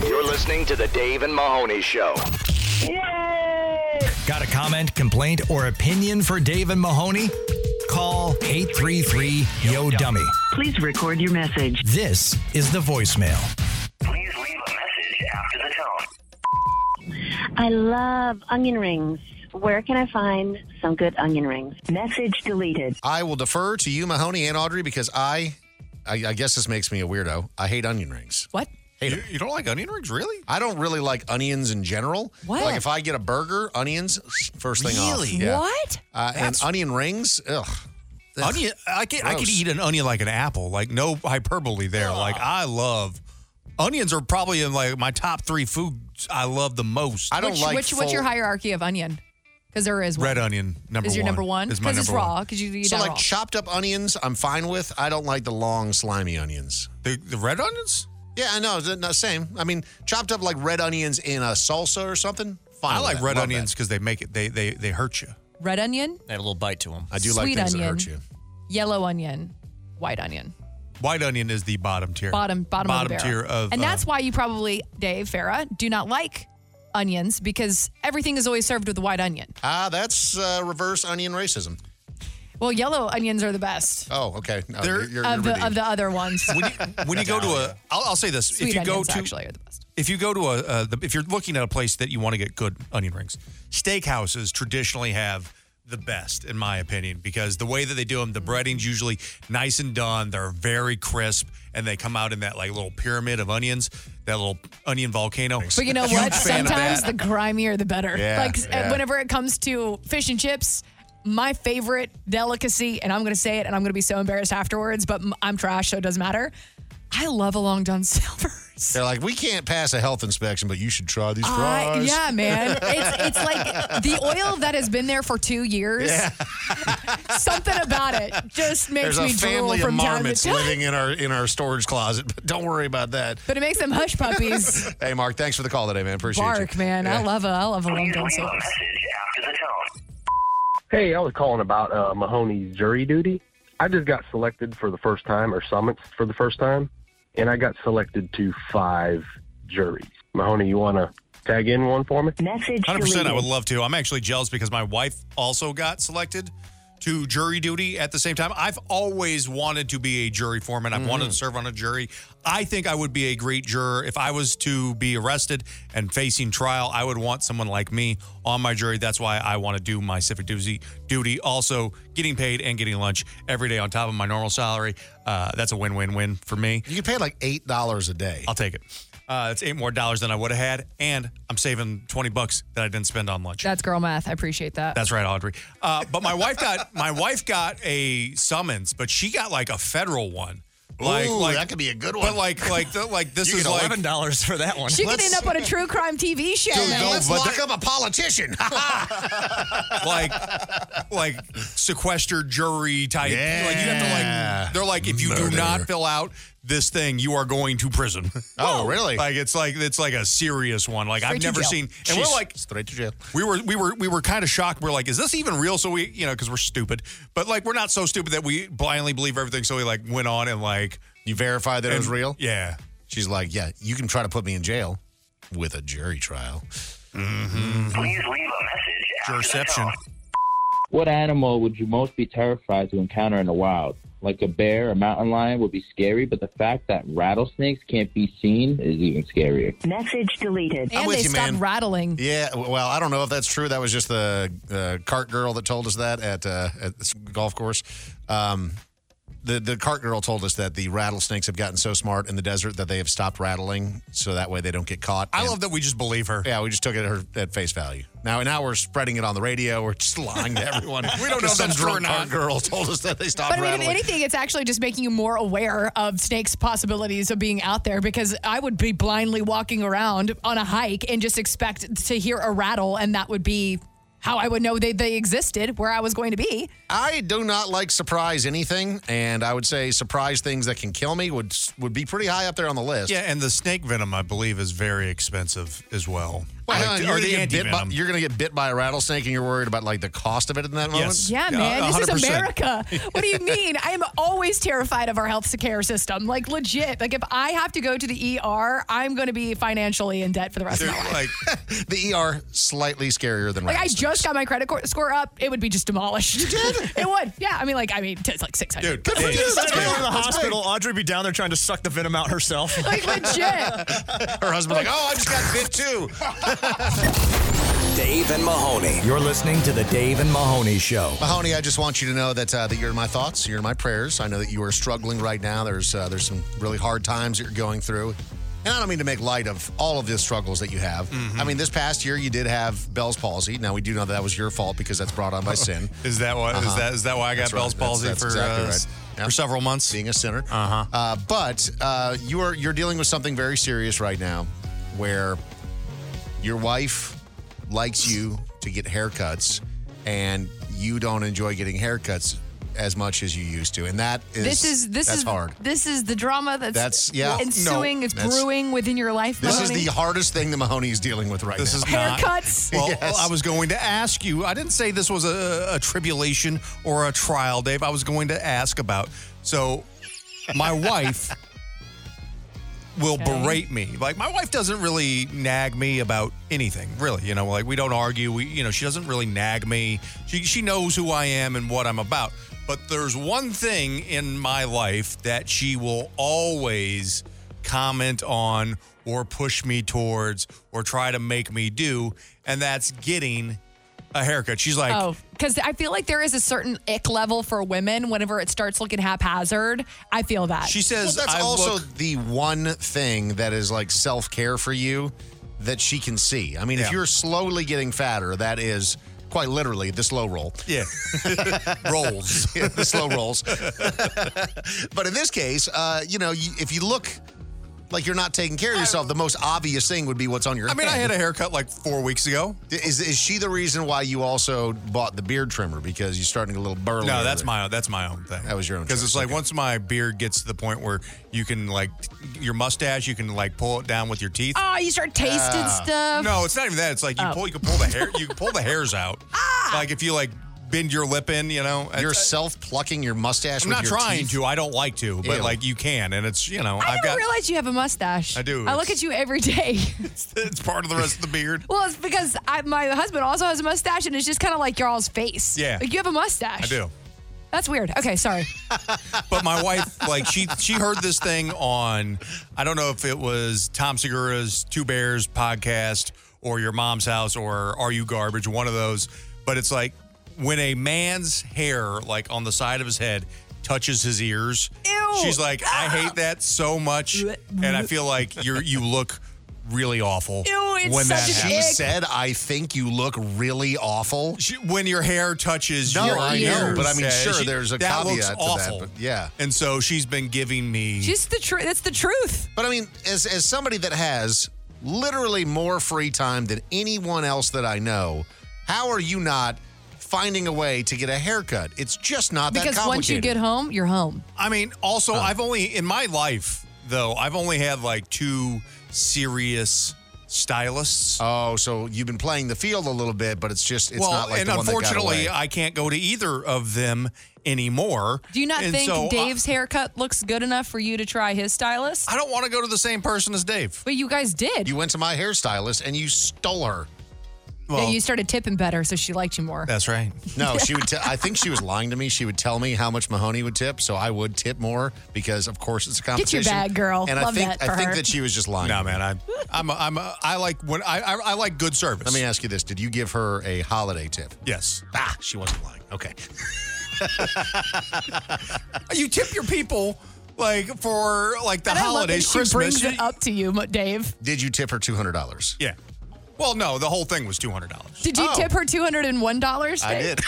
S17: You're listening to the Dave and Mahoney Show.
S2: Got a comment, complaint, or opinion for Dave and Mahoney? Call 833 Yo Dummy. Please record your message. This is the voicemail.
S7: Please leave a message after the tone.
S6: I love onion rings. Where can I find some good onion rings? Message deleted.
S1: I will defer to you, Mahoney and Audrey, because I, I, I guess this makes me a weirdo. I hate onion rings.
S4: What?
S1: Hate
S3: you, don't like onion rings, really?
S1: I don't really like onions in general.
S4: What?
S1: Like if I get a burger, onions first thing off.
S3: Really?
S1: Yeah.
S4: What?
S1: Uh, and
S3: That's-
S1: onion rings. Ugh.
S3: Onion, I could, I could
S1: Gross.
S3: eat an onion like an apple. Like no hyperbole there. Like
S1: Ah.
S3: I love onions are probably in like my top three foods I love the most.
S1: I don't
S4: which,
S1: like
S4: which what's your
S1: full-
S4: hierarchy of onion? Because there is one.
S3: red onion. Number
S4: is your
S3: one.
S4: number one
S3: Is my
S4: because it's
S3: number
S4: raw
S3: one.
S4: because you eat
S1: So
S4: that
S1: like
S4: raw.
S1: chopped up onions, I'm fine with. I don't like the long slimy onions.
S3: The the red onions?
S1: Yeah, I know. They're Not same. I mean, chopped up like red onions in a salsa or something. Fine.
S3: Oh, I
S1: with
S3: like
S1: that.
S3: red
S1: Love
S3: onions because they make it. They they they hurt you.
S4: red onion,
S3: They had a little bite to them.
S1: I do
S4: Sweet
S1: like things
S4: onion.
S1: that hurt you.
S4: yellow onion, white onion.
S3: White onion is the bottom tier.
S4: Bottom, bottom,
S3: bottom
S4: of the barrel.
S3: tier of.
S4: and
S3: uh,
S4: that's why you probably, Dave Farah, do not like onions because everything is always served with a white onion.
S1: Ah, that's uh, reverse onion racism.
S4: Well, yellow onions are the best
S1: Oh, okay. No,
S3: There-
S1: you're, you're
S4: of the of
S1: redeemed.
S4: the other ones.
S3: When you, when you go to a, I'll, I'll say this:
S4: Sweet
S3: if you go
S4: onions
S3: to,
S4: actually are the best.
S3: if you go to a, uh, the, if you're looking at a place that you want to get good onion rings, steakhouses traditionally have the best, in my opinion, because the way that they do them, the breading's usually nice and done. They're very crisp, and they come out in that like little pyramid of onions, that little onion volcano.
S4: But you know
S3: Huge
S4: what?
S3: fan of that.
S4: Sometimes the grimier the better.
S3: Yeah,
S4: like uh,
S3: yeah.
S4: whenever it comes to fish and chips, my favorite delicacy, and I'm going to say it, and I'm going to be so embarrassed afterwards, but m- I'm trash, so it doesn't matter. I love a long john silver. They're
S1: like, we can't pass a health inspection, but you should try these
S4: I-
S1: fries.
S4: yeah, man. It's, it's like the oil that has been there for two years.
S1: Yeah.
S4: Something about it just
S1: There's
S4: makes
S1: a
S4: me drool
S1: family of
S4: from time to
S1: marmots
S4: time.
S1: living in our in our storage closet, but don't worry about that.
S4: But it makes them hush puppies
S1: hey, Mark, thanks for the call today, man. Appreciate you.
S4: bark, man. I love a, I love a long john silver.
S7: Hey, I was calling about uh, Mahoney's jury duty. I just got selected for the first time, or summits for the first time, and I got selected to five juries. Mahoney, you want to tag in one for me? Message.
S3: Hundred percent. I would love to. I'm actually jealous because my wife also got selected to jury duty at the same time. I've always wanted to be a jury foreman. I've wanted
S1: Mm.
S3: to serve on a jury. I think I would be a great juror if I was to be arrested and facing trial. I would want someone like me on my jury. That's why I want to do my civic duty. Duty also getting paid and getting lunch every day on top of my normal salary. Uh, that's a win-win-win for me.
S1: You get paid like eight dollars a day.
S3: I'll take it. Uh, it's eight more dollars than I would have had, and I'm saving twenty bucks that I didn't spend on lunch.
S4: That's girl math. I appreciate that.
S3: That's right, Audrey. Uh, but my wife got my wife got a summons, but she got like a federal one. Like,
S1: Ooh,
S3: like
S1: that could be a good
S3: But
S1: one.
S3: like, like, the, like this
S1: You
S3: is
S1: get
S3: like
S1: $11
S3: for that
S4: She could end up on a true crime TV show.
S3: Dude, no,
S1: Let's
S3: but
S1: lock
S3: the-
S1: up a politician.
S3: like, like sequestered jury type. Like you have to like. They're like, if you do not fill out this thing, you are going to prison.
S1: Oh, really?
S3: Like it's like it's like a serious one. Like
S1: Straight
S3: I've
S1: to
S3: never
S1: jail.
S3: seen. And
S1: Jeez.
S3: we're like
S1: straight to jail.
S3: we were we were we were kind of shocked. We're like, is this even real? So we you know because we're stupid, but like we're not so stupid that we blindly believe everything. So we like went on and like
S1: you verify that it was real.
S3: Yeah,
S1: she's like, yeah, you can try to put me in jail with a jury trial.
S18: Please leave a message after the tone.
S19: What animal would you most be terrified to encounter in the wild? Like a bear or mountain lion would be scary, but the fact that rattlesnakes can't be seen is even scarier.
S1: Message deleted.
S4: And they stopped rattling.
S1: Yeah, w- well, I don't know if that's true. That was just the uh, cart girl that told us that at uh, at this golf course. Um, the the cart girl told us that the rattlesnakes have gotten so smart in the desert that they have stopped rattling, so that way they don't get caught.
S3: I love that we just believe her.
S1: Yeah, we just took it at her at face value. Now now we're spreading it on the radio. We're just lying to everyone.
S3: We don't know
S1: Because
S3: if
S1: some
S3: that's true
S1: drunk
S3: or not.
S1: Cart girl told us that they stopped
S4: But I mean,
S1: rattling.
S4: if anything, it's actually just making you more aware of snakes' possibilities of being out there because I would be blindly walking around on a hike and just expect to hear a rattle, and that would be how I would know they, they existed, where I was going to be.
S1: I do not like surprise anything, and I would say surprise things that can kill me would would be pretty high up there on the list.
S3: yeah, and the snake venom I believe is very expensive as well.
S1: Well, hang
S3: Like,
S1: on,
S3: or
S1: you're,
S3: the
S1: gonna get bit by,
S3: anti-venom.
S1: you're gonna get bit by a rattlesnake, and you're worried about like the cost of it in that moment.
S3: Yes.
S4: Yeah, man, this is America. What do you mean? I am always terrified of our health care system. Like, legit. Like, if I have to go to the ER, I'm going to be financially in debt for the rest of my life.
S3: like
S1: the ER slightly scarier than
S4: Like I
S1: rattlesnake.
S4: just got my credit cor- score up, it would be just demolished. You did? it would. Yeah. I mean, like I mean, it's like six hundred.
S3: Good for
S4: Like,
S3: you.
S4: it's
S3: That's
S4: like-
S3: great.
S4: it's
S3: That's
S4: like-
S3: hospital,
S20: Audrey be down there trying to suck the venom out herself.
S4: Like legit.
S1: Her husband like, oh, I just got bit too.
S2: Dave and Mahoney. You're listening to the Dave and Mahoney Show.
S1: Mahoney, I just want you to know that uh, that you're in my thoughts, you're in my prayers. I know that you are struggling right now. There's uh, there's some really hard times that you're going through, and I don't mean to make light of all of the struggles that you have.
S3: Mm-hmm.
S1: I mean, this past year you did have Bell's palsy. Now we do know that was your fault because that's brought on by sin.
S3: Is that why? Is
S1: Uh-huh.
S3: that is that why I got
S1: That's right.
S3: Bell's
S1: That's-
S3: palsy
S1: that's
S3: for
S1: exactly
S3: uh,
S1: right.
S3: for several months?
S1: Being a sinner.
S3: Uh-huh.
S1: Uh, but uh, you are you're dealing with something very serious right now, where your wife likes you to get haircuts, and you don't enjoy getting haircuts as much as you used to, and that is
S4: this is this
S1: that's
S4: is
S1: hard.
S4: This is the drama that's
S1: That's- yeah.
S4: ensuing.
S1: No,
S4: it's
S1: that's-
S4: brewing within your life.
S1: This is
S4: Mahoney.
S1: the hardest thing that Mahoney is dealing with right
S3: This
S1: now.
S3: is not-
S4: Haircuts?
S3: Well,
S1: Yes.
S3: I was going to ask you. I didn't say this was a, a tribulation or a trial, Dave. I was going to ask about. So, my wife will berate me. Like my wife doesn't really nag me about anything, really. You know, like we don't argue. We, you know, she doesn't really nag me. She she knows who I am and what I'm about. But there's one thing in my life that she will always comment on or push me towards or try to make me do, and that's getting a haircut. She's like,
S4: oh, because I feel like there is a certain ick level for women whenever it starts looking haphazard. I feel that.
S1: She says that's also the one thing that is like self care for you that she can see. I mean,
S3: Yeah.
S1: if you're slowly getting fatter, that is quite literally the slow roll.
S3: Yeah. rolls.
S1: Yeah, the slow rolls. but in this case, uh, you know, you, if you look like you're not taking care of yourself, the most obvious thing would be what's on your
S3: I mean, I
S1: head.
S3: had a haircut like four weeks ago.
S1: Is, is she the reason why you also bought the beard trimmer because you're starting to get a little burly?
S3: No, that's my that's my own thing. That was your own because it's like once my beard gets to the point where you can like your mustache, you can like pull it down with your teeth.
S4: Oh, you start tasting
S3: Ah.
S4: stuff.
S3: No, it's not even that. It's like you
S4: Oh. Ah!
S3: pull you can pull the hair you can pull the hairs out. Like if you like bend your lip in, you know, uh,
S1: You're self plucking your mustache.
S3: I'm
S1: with
S3: not
S1: your
S3: trying
S1: teeth?
S3: to. I don't like to, but
S1: Ew.
S3: like you can, and it's you know
S4: I
S3: I've got
S4: didn't realize you have a mustache.
S3: I do.
S4: I look at you every day.
S3: it's part of the rest of the beard.
S4: well, it's because I, my husband also has a mustache, and it's just kind of like y'all's face.
S3: Yeah.
S4: like you have a mustache.
S3: I do.
S4: That's weird. Okay, sorry.
S3: but my wife, like she she heard this thing on I don't know if it was Tom Segura's Two Bears podcast or your mom's house or Are You Garbage, one of those. But it's like when a man's hair, like on the side of his head, touches his ears.
S4: Ew. Ah!"
S3: She's like, I hate that so much, and I feel like you are you look really awful.
S4: Ew, it's
S3: when that
S4: such an
S3: happens.
S4: ick. She said,
S1: I think you look really awful.
S3: when your hair touches
S1: No,
S3: your
S1: I
S3: ears.
S1: know, but I mean,
S3: Yeah,
S1: sure,
S3: she-
S1: there's a
S3: that looks
S1: caveat to that,
S3: awful.
S1: but yeah.
S3: And so she's been giving me
S4: Just the truth. That's the truth.
S1: But I mean, as as somebody that has literally more free time than anyone else that I know, how are you not finding a way to get a haircut? It's just not that
S4: because
S1: complicated.
S4: once you get home, you're home.
S3: I mean, also, I've only in my life though I've only had like two serious stylists.
S1: Oh, so you've been playing the field a little bit, but it's just it's
S3: well,
S1: not like
S3: and
S1: the one that got
S3: unfortunately, uh,
S1: away.
S3: I can't go to either of them anymore.
S4: Do you not
S3: And
S4: think
S3: so uh, I-
S4: Dave's haircut looks good enough for you to try his stylist?
S3: I don't want to go to the same person as Dave.
S4: But you guys did.
S1: You went to my hairstylist and you stole her.
S4: yeah, you started tipping better, so she liked you more.
S3: That's right.
S1: No, she would. T- I think she was lying to me. She would tell me how much Mahoney would tip, so I would tip more because, of course, it's a
S4: Get
S1: competition.
S4: your bag, girl.
S1: And I
S4: Love
S1: think
S4: that for
S1: I think
S4: her.
S1: that she was just lying.
S3: No, man, I, I'm, a, I'm, a, I like when I, I, I like good service.
S1: Let me ask you this: Did you give her a holiday tip?
S3: Yes.
S1: Ah, she wasn't lying. Okay.
S3: you tip your people like for like the
S4: And I love that
S3: holidays,
S4: she
S3: Christmas.
S4: brings it up to you, Mo- Dave.
S1: Did you tip her two hundred dollars?
S3: Yeah. Well, no, the whole thing was two hundred dollars.
S4: Did you tip her two hundred and one dollars?
S3: Oh. I did.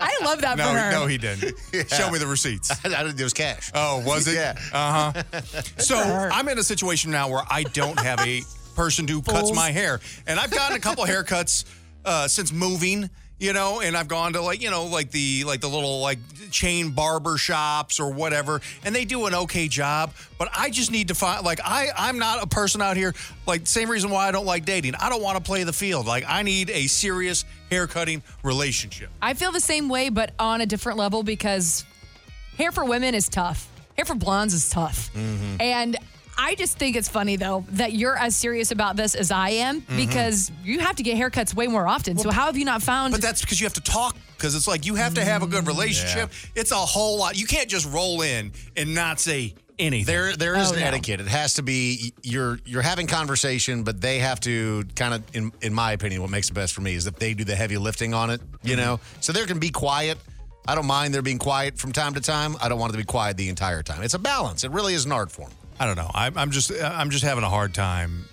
S4: I love that
S3: No,
S4: for her.
S3: no, he didn't. Show me the receipts.
S1: it was cash.
S3: Oh, was it?
S1: Yeah.
S3: Uh huh. So I'm in a situation now where I don't have a person who cuts
S1: Fools.
S3: my hair, and I've gotten a couple haircuts uh, since moving. You know, and I've gone to like you know like the like the little like chain barber shops or whatever, and they do an okay job. But I just need to find like I I'm not a person out here like same reason why I don't like dating. I don't want to play the field. Like I need a serious haircutting relationship.
S4: I feel the same way, but on a different level because hair for women is tough. Hair for blondes is tough.
S3: Mm-hmm.
S4: And I just think it's funny though that you're as serious about this as I am
S3: Mhm.
S4: because you have to get haircuts way more often. so how have you not found? But
S3: that's because you have to talk. Because it's like you have to have a
S1: Mm,
S3: good relationship. It's a whole lot. You can't just roll in and not say anything.
S1: There, there
S3: Oh,
S1: is an etiquette. It has to be you're you're having conversation, but they have to kind of, in in my opinion, what makes it best for me is that they do the heavy lifting on it. You
S3: Mm-hmm.
S1: know, so there can be quiet. I don't mind there being quiet from time to time. I don't want it to be quiet the entire time. It's a balance. It really is an art form.
S3: I don't know. I'm, I'm just I'm just having a hard time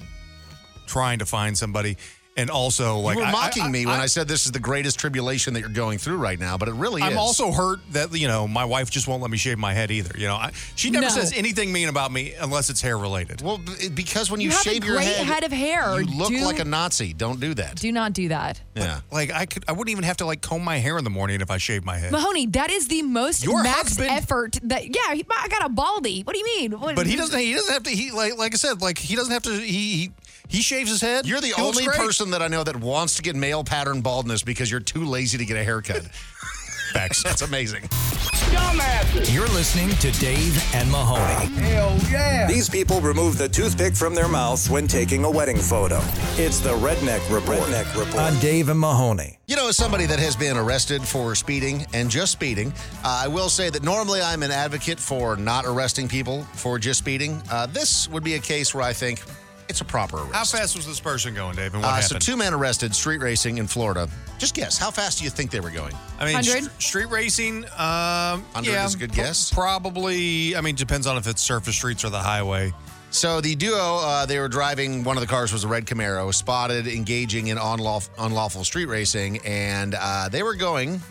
S3: trying to find somebody. And also, like
S1: you were
S3: I-
S1: mocking
S3: I-
S1: me when
S3: I-
S1: I, said this is the greatest tribulation that you're going through right now, but it really is.
S3: I'm also hurt that you know my wife just won't let me shave my head either. You know, I, she never
S1: No.
S3: says anything mean about me unless it's hair related.
S1: Well, b- because when you,
S4: You have a
S1: shave your
S4: great
S1: head,
S4: head of hair.
S1: you look
S4: Do-
S1: like a Nazi. Don't do that.
S4: Do not do that.
S1: Yeah.
S3: Like I could, I wouldn't even have to like comb my hair in the morning if I shaved my head.
S4: Mahoney, that is the most
S3: Your
S4: max
S3: husband-
S4: effort that yeah, he, I got a baldy. What do you mean? What-
S3: But he doesn't. He doesn't have to. He like like I said. Like he doesn't have to. He he, he shaves his head.
S1: You're the
S3: He looks
S1: only
S3: great.
S1: person that I know that wants to get male pattern baldness because you're too lazy to get a haircut.
S3: specs.
S1: That's amazing.
S2: You're listening to Dave and Mahoney.
S21: Hell yeah.
S2: These people remove the toothpick from their mouth when taking a wedding photo. It's the Redneck Report. Redneck Report. On Dave and Mahoney.
S1: You know, as somebody that has been arrested for speeding and just speeding, uh, I will say that normally I'm an advocate for not arresting people for just speeding. Uh, this would be a case where I think it's a proper arrest.
S3: How fast was this person going, Dave? And what
S1: Uh, so,
S3: happened?
S1: two men arrested street racing in Florida. Just guess, how fast do you think they were going?
S3: I mean, st- street racing. Um,
S1: 100 is a good guess.
S3: Probably. I mean, depends on if it's surface streets or the highway.
S1: So the duo, uh, they were driving. One of the cars was a red Camaro, spotted engaging in unlawful, unlawful street racing, and uh, they were going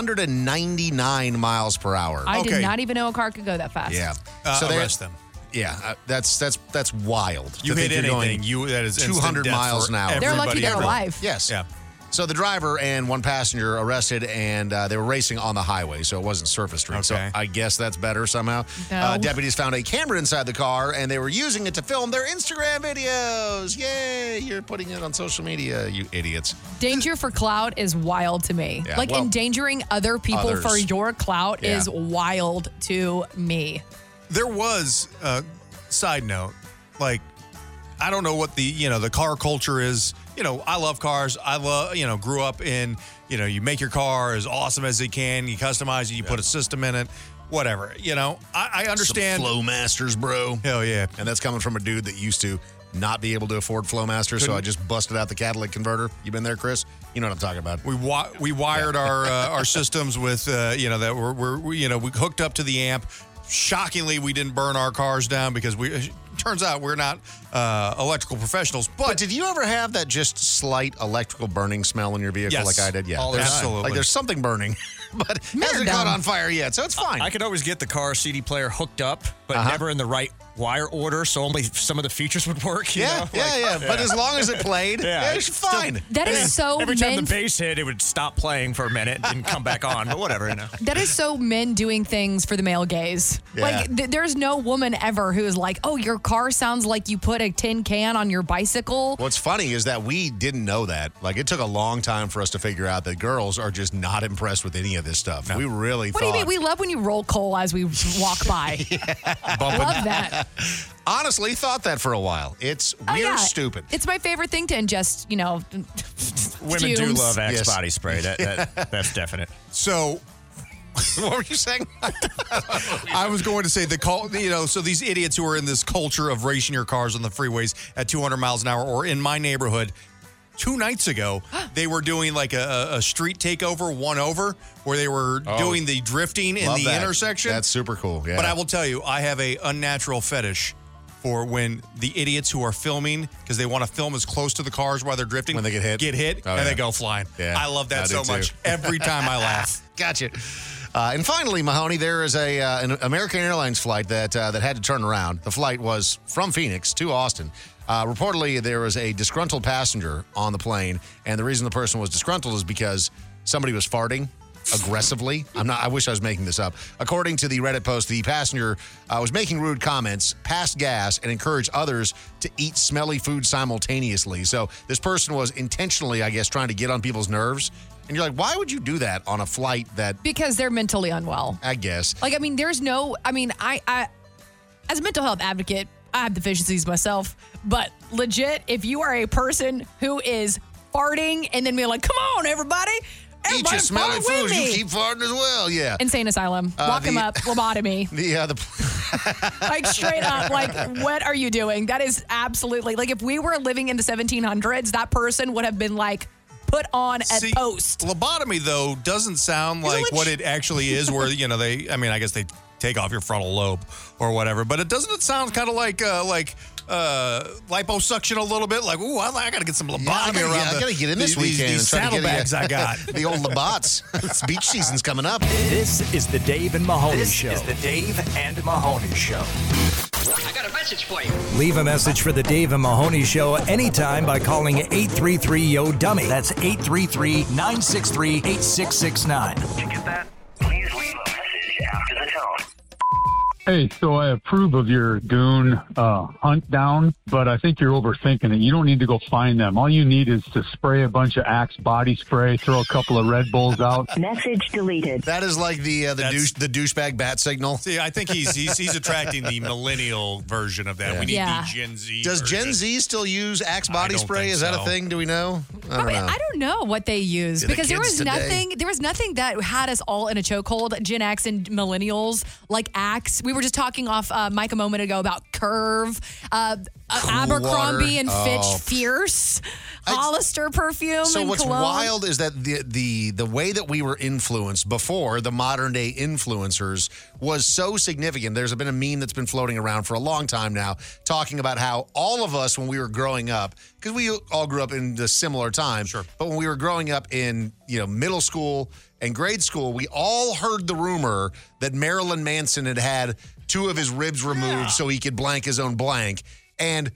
S1: 199 miles per hour.
S4: I did not even know a car could go that fast.
S1: Yeah.
S3: Uh,
S1: they-
S3: arrest them.
S1: Yeah, uh, that's that's that's wild. to
S3: You
S1: think
S3: hit
S1: you're
S3: anything, you- that is instant
S1: 200
S3: death
S1: miles
S3: for
S1: an hour.
S4: They're lucky they're alive.
S1: Yes. Yeah. So the driver and one passenger arrested, and uh, they were racing on the highway, so it wasn't surface street. So I guess that's better somehow.
S4: No.
S1: Uh, deputies found a camera inside the car, and they were using it to film their Instagram videos. Yay! You're putting it on social media, you idiots.
S4: Danger for clout is wild to me.
S1: Yeah,
S4: like
S1: well-
S4: endangering other people for
S3: Others.
S4: your clout
S3: Yeah.
S4: is wild to me.
S3: There was uh, side note, like I don't know what the you know the car culture is. You know, I love cars. I love you know grew up in you know you make your car as awesome as it can. You customize it. You put a system in it. Whatever. You know, I, I understand.
S1: Some flow masters, bro.
S3: Hell yeah!
S1: And that's coming from a dude that used to not be able to afford Flowmaster, so
S3: Couldn't-
S1: I just busted out the catalytic converter. You been there, Chris? You know what I'm talking about.
S3: We wa- we wired our uh, our systems with uh, you know that we're, we're we, you know we hooked up to the amp. Shockingly, we didn't burn our cars down because we. It turns out we're not uh, electrical professionals, but,
S1: But did you ever have that just slight electrical burning smell in your vehicle
S3: Yes.
S1: like I did? Yeah,
S3: All the
S1: there's-
S3: time.
S1: Like there's something burning, but hasn't caught on fire yet, so it's fine.
S20: I could always get the car CD player hooked up, but
S1: Uh-huh.
S20: never in the right wire order, so only some of the features would work. you
S1: Yeah,
S20: know?
S1: yeah, yeah, but as long as it played, it's fine.
S4: That is
S20: And
S4: so
S20: Every time
S4: men-
S20: the bass hit, it would stop playing for a minute and come back on, but whatever, you know.
S4: That is so men doing things for the male gaze.
S20: Yeah.
S4: Like th- there's no woman ever who is like, "Oh, your car sounds like you put a tin can on your bicycle."
S1: What's funny is that we didn't know that. Like it took a long time for us to figure out that girls are just not impressed with any of this stuff. We really
S4: What do
S1: thought.
S4: you mean? We love when you roll coal as we walk by. Love that.
S1: Honestly, thought that for a while. It's we're
S4: Oh, yeah.
S1: stupid.
S4: It's my favorite thing to ingest. You know,
S20: Women do
S4: fumes.
S20: love Axe
S1: Yes.
S20: body spray. That, that That's definite.
S3: so
S1: what were you saying?
S3: I was going to say the call, you know, so these idiots who are in this culture of racing your cars on the freeways at 200 miles an hour, or in my neighborhood, two nights ago, they were doing like a, a- a street takeover, one over, where they were
S1: Oh.
S3: doing the drifting in
S1: Love
S3: the
S1: that.
S3: intersection.
S1: That's super cool. Yeah.
S3: But I will tell you, I have a unnatural fetish for when the idiots who are filming because they want to film as close to the cars while they're drifting when they get hit, get hit,
S1: Oh,
S3: and
S1: yeah.
S3: they go flying.
S1: Yeah,
S3: I love that
S1: I
S3: so
S1: do too.
S3: much. Every time I laugh.
S1: gotcha. Uh, and finally, Mahoney, there is a uh, an American Airlines flight that uh, that had to turn around. The flight was from Phoenix to Austin. Uh, reportedly, there was a disgruntled passenger on the plane, and the reason the person was disgruntled is because somebody was farting aggressively. I'm not. I wish I was making this up. According to the Reddit post, the passenger uh, was making rude comments, passed gas, and encouraged others to eat smelly food simultaneously. So this person was intentionally, I guess, trying to get on people's nerves. And you're like, why would you do that on a flight that
S4: because they're mentally unwell.
S1: I guess.
S4: Like, I mean, there's no, I mean, I, I, as a mental health advocate, I have deficiencies myself, but legit, if you are a person who is farting and then be like, come on, everybody,
S1: Eat
S4: everybody
S1: your smelly
S4: fart with
S1: foods.
S4: me.
S1: You keep farting as well. Yeah.
S4: Insane asylum.
S1: Uh,
S4: Lock him
S1: the-
S4: up, lobotomy.
S1: the uh, the
S4: like straight up, like what are you doing? That is absolutely like if we were living in the 1700s, that person would have been like put on a
S3: See,
S4: post.
S3: Lobotomy though doesn't sound like what it actually is. Where you know they, I mean, I guess they take off your frontal lobe or whatever. But it doesn't it sound kind of like uh, like uh, liposuction a little bit? Like, ooh, I, I gotta get some lobotomy
S1: Yeah, I gotta,
S3: around.
S1: yeah, I
S3: the-
S1: gotta get in this
S3: these- these-
S1: weekend.
S3: These
S1: and try to get-
S3: saddlebags I got.
S1: the old Labots. It's beach season's coming up.
S2: This is the Dave and Mahoney
S21: This
S2: Show.
S21: is the
S2: Dave and Mahoney Show.
S21: I got a message for you.
S2: Leave a message for the Dave and Mahoney Show anytime by calling 833 Yo Dummy. That's 833 963 8669.
S18: Please leave a message after the tone.
S16: Hey, so I approve of your goon uh, hunt down, but I think you're overthinking it. You don't need to go find them. All you need is to spray a bunch of Axe body spray, throw a couple of Red Bulls out.
S1: Message deleted. That is like the uh, the douche the douchebag bat signal.
S3: See, I think he's he's, he's attracting the millennial version of that. We need
S4: Yeah.
S3: the Gen Z.
S1: Does
S3: version.
S1: Gen Z still use Axe body
S3: don't
S1: spray?
S3: think
S1: Is that
S3: so.
S1: a thing? Do we know? I don't
S4: I, mean,
S1: know.
S4: I don't know what they used
S1: Yeah, the
S4: because there
S1: kids
S4: was
S1: today.
S4: nothing. There was nothing that had us all in a chokehold. Gen X and millennials like Axe. We were just talking off uh, Mike a moment ago about Curve, uh, uh,
S1: Cool
S4: Abercrombie
S1: water.
S4: and
S1: Oh.
S4: Fitch, Fierce, Hollister perfume.
S1: So
S4: and
S1: what's
S4: cologne.
S1: wild is that the the the way that we were influenced before the modern day influencers was so significant. There's been a meme that's been floating around for a long time now, talking about how all of us when we were growing up, because we all grew up in the similar time, sure. but when we were growing up in you know middle school and grade school, we all heard the rumor that Marilyn Manson had had two of his ribs removed so he could blank his own blank, and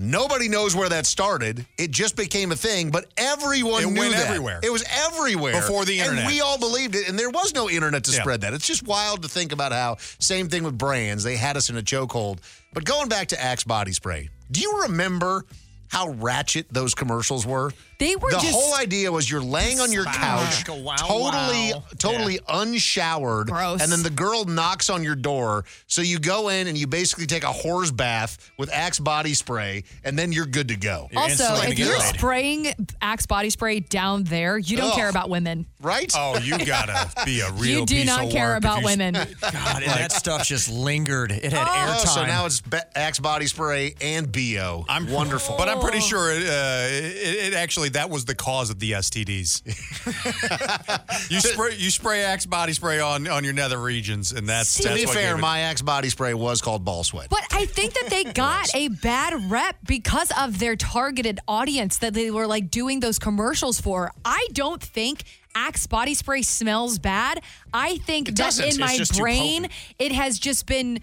S1: Nobody knows where that started. It just became a thing, but everyone
S3: It
S1: knew
S3: went
S1: that.
S3: everywhere.
S1: It was everywhere
S3: Before the internet.
S1: and we all believed it. And there was no internet to
S3: Yeah.
S1: spread that. It's just wild to think about how same thing with brands. They had us in a chokehold. But going back to Axe body spray, do you remember how ratchet those commercials were?
S4: They were
S1: the
S4: just-
S1: whole idea was you're laying on your
S4: Wow.
S1: couch,
S4: Wow, wow.
S1: totally,
S4: Yeah.
S1: totally unshowered,
S4: Gross.
S1: and then the girl knocks on your door. So you go in and you basically take a whore's bath with Axe body spray, and then you're good to go.
S4: also, if you're spraying Axe body spray down there, you don't
S1: Ugh.
S4: care about women.
S1: right?
S3: Oh, you gotta be a real.
S4: you do
S3: piece
S4: not
S3: of
S4: care
S3: work if
S4: about
S3: you-
S4: women.
S20: God, and that stuff just lingered. It had
S1: Oh,
S20: airtime.
S1: so now it's be- Axe body spray and BO. I'm wonderful,
S3: But I'm pretty sure it, uh, it, it actually that was the cause of the STDs. you spray you spray Axe body spray on on your nether regions, and that's
S1: To
S3: that's
S1: be
S3: what
S1: fair,
S3: gave it-
S1: my Axe body spray was called ball sweat.
S4: But I think that they got a bad rep because of their targeted audience that they were like doing those commercials for. I don't think Axe body spray smells bad. I think
S22: It
S4: that
S22: doesn't.
S4: in
S22: It's
S4: my
S22: just too
S4: brain, it has just been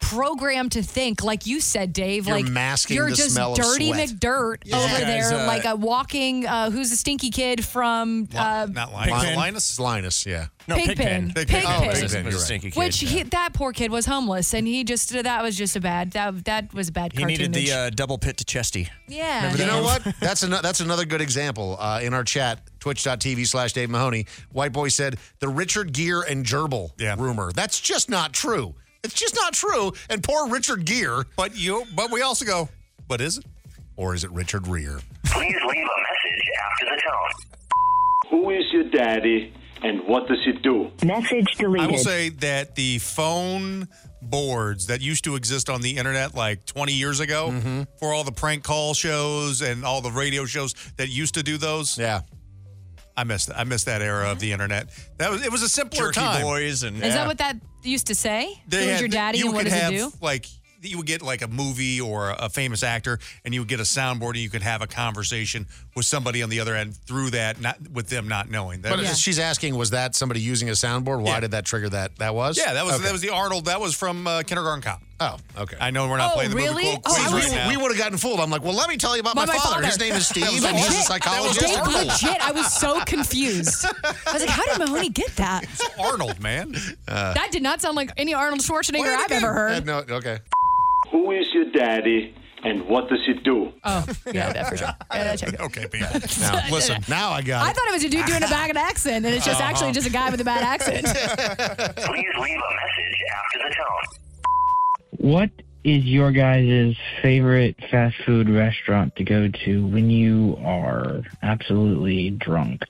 S4: programmed to think, like you said, Dave,
S1: You're
S4: like
S1: masking
S4: you're
S1: the
S4: just
S1: smell of
S4: dirty
S1: sweat.
S4: McDirt
S1: Yeah.
S4: over
S1: Guys,
S4: there,
S1: uh,
S4: like a walking uh, who's the stinky kid from uh,
S1: Not
S3: Linus. Pigpen?
S1: Linus. Linus, yeah.
S4: Pigpen. Pigpen.
S1: Oh, Pigpen.
S20: Was a
S1: you're right.
S20: stinky kid.
S4: Which he, that poor kid was homeless, and he just that was just a bad that that was a bad.
S20: He needed
S4: cartoon
S20: the
S4: image.
S20: uh, double pit to chesty.
S4: yeah.
S1: You know what? That's an, that's another good example uh, in our chat, twitch.tv slash Dave Mahoney. White Boy said the Richard Gere and gerbil rumor. That's just not true. It's just not true. And poor Richard Gere.
S3: But you but we also go, but is it?
S1: Or is it Richard Rear?
S18: Please leave a message after the tone.
S23: Who is your daddy and what does he do?
S24: Message deleted.
S3: I will say that the phone boards that used to exist on the internet like 20 years ago
S1: Mm-hmm.
S3: for all the prank call shows and all the radio shows that used to do those.
S1: Yeah.
S3: I missed I missed that era of the internet. That was it was a simpler
S20: Jerky
S3: time.
S20: boys and-
S4: Is that what that used to say?
S3: They
S4: Who's
S3: had-
S4: your daddy
S3: you
S4: and what
S3: could
S4: does
S3: have,
S4: he do?
S3: Like you would get like a movie or a famous actor, and you would get a soundboard, and you could have a conversation with somebody on the other end through that, not with them not knowing. That
S1: But she's asking, was that somebody using a soundboard? Why did that trigger that? That was?
S3: yeah, that was
S1: Okay.
S3: that was the Arnold. That was from uh, Kindergarten Cop.
S1: Oh, okay.
S3: I know we're not
S1: Oh,
S3: playing the
S1: really?
S3: movie. Cold
S1: Oh,
S3: Queens
S1: I
S3: right
S1: was-
S3: now.
S1: we would've gotten fooled. I'm like, well, let me tell you about my father. His name is Steve,
S4: That was
S1: and he's a
S4: legit.
S1: psychologist.
S4: That was
S1: Arnold.
S4: legit. I was so confused. I was like, how did Mahoney get that?
S3: Arnold, man.
S20: Uh,
S4: That did not sound like any Arnold Schwarzenegger I've ever
S1: Uh,
S4: heard.
S1: no, okay.
S23: Who is your daddy and what does he do?
S4: Oh, yeah, that for sure. Yeah, that check it.
S3: Okay, people.
S1: Now, listen, now I got
S4: I thought it was a dude doing a bad accent, and it's just
S1: Uh-huh.
S4: actually just a guy with a bad accent.
S18: Please leave a message after the tone.
S25: What is your guys' favorite fast food restaurant to go to when you are absolutely drunk?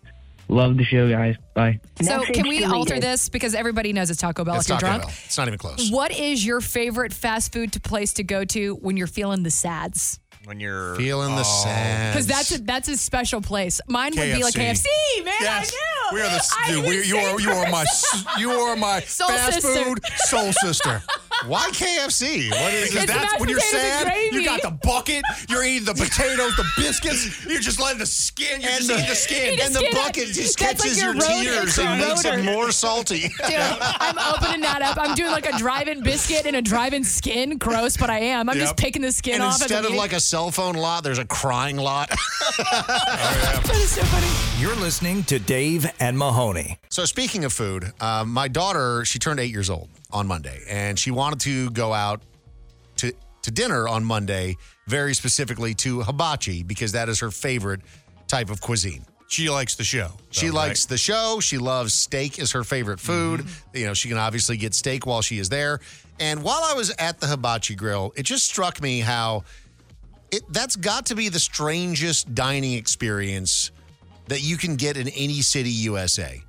S25: Love the show, guys. Bye.
S4: So
S25: Message
S4: can we
S25: deleted.
S4: alter this because everybody knows it's Taco Bell
S25: It's
S4: if you're
S25: Taco
S4: drunk?
S25: Bell.
S1: It's not even close.
S4: What is your favorite fast food to place to go to when you're feeling the sads?
S20: When you're
S1: feeling the
S2: Oh.
S20: Oh.
S1: sand.
S4: Because that's a, that's a special place. Mine would be like KFC,
S3: KFC.
S4: man.
S3: Yes.
S4: I knew.
S3: We are the s-
S4: I'm
S3: dude, we- you
S4: same
S3: are you are my s- you are my
S4: Soul
S3: fast
S4: sister.
S3: food soul sister.
S1: Why KFC? What is
S3: Because
S1: it?
S3: that's
S1: Mashed
S3: when you're
S1: potatoes and
S3: sad.
S1: gravy.
S3: You got the bucket. You're eating the potatoes, the biscuits. You're just letting the skin. You're
S1: And
S3: just
S1: the-
S3: eating the skin.
S1: and the bucket just
S4: That's
S1: catches
S4: like
S1: your
S4: your road- it's
S1: tears and
S4: your
S1: makes
S4: rotor.
S1: it more salty.
S4: Dude, I'm opening that up. I'm doing like a drive-in biscuit and a drive-in skin. Gross, but I am. I'm just
S1: Yep.
S4: picking the skin
S1: and
S4: off.
S1: Instead of like a cell phone lot, there's a crying lot.
S2: You're listening to Dave and Mahoney.
S1: So speaking of food, uh, my daughter, she turned eight years old, on Monday, and she wanted to go out to to dinner on Monday, very specifically to hibachi because that is her favorite type of cuisine.
S3: She likes the show.
S1: She likes the show. She loves steak is her favorite food.
S3: Mm-hmm.
S1: You know, she can obviously get steak while she is there. And while I was at the hibachi grill, it just struck me how it that's got to be the strangest dining experience that you can get in any city USA.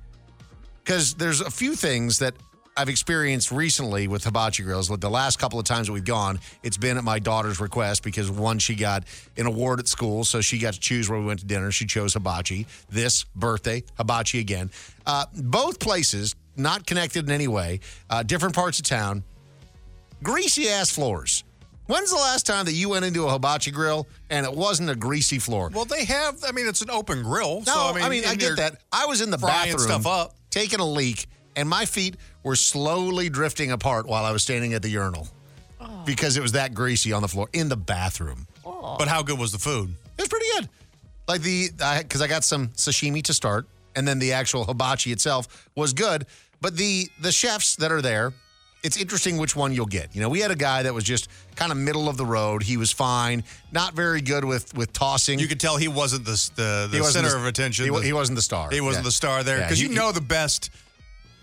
S1: Because there's a few things that I've experienced recently with hibachi grills. With the last couple of times that we've gone, it's been at my daughter's request because one, she got an award at school, so she got to choose where we went to dinner. She chose hibachi. This birthday, hibachi again. Uh, both places, not connected in any way, uh, different parts of town greasy ass floors. When's the last time that you went into a hibachi grill and it wasn't a greasy floor?
S3: Well, they have. I mean, it's an open grill.
S1: No,
S3: so,
S1: I mean, I,
S3: and
S1: get
S3: they're
S1: that. I was in the
S3: frying
S1: bathroom,
S3: stuff up.
S1: taking a leak, and my feet were slowly drifting apart while I was standing at the urinal because it was that greasy on the floor in the bathroom.
S3: But how good was the food?
S1: It was pretty good. Like the because I, got some sashimi to start, and then the actual hibachi itself was good. But the the chefs that are there, it's interesting which one you'll get. You know, we had a guy that was just kind of middle of the road. He was fine, not very good with with tossing. You
S3: could tell he wasn't the the, the
S1: He wasn't
S3: center
S1: the-
S3: of attention.
S1: he wa-
S3: the-
S1: he wasn't the star.
S3: He wasn't
S1: Yeah.
S3: the star there
S1: Yeah,
S3: because
S1: he-
S3: you know the best.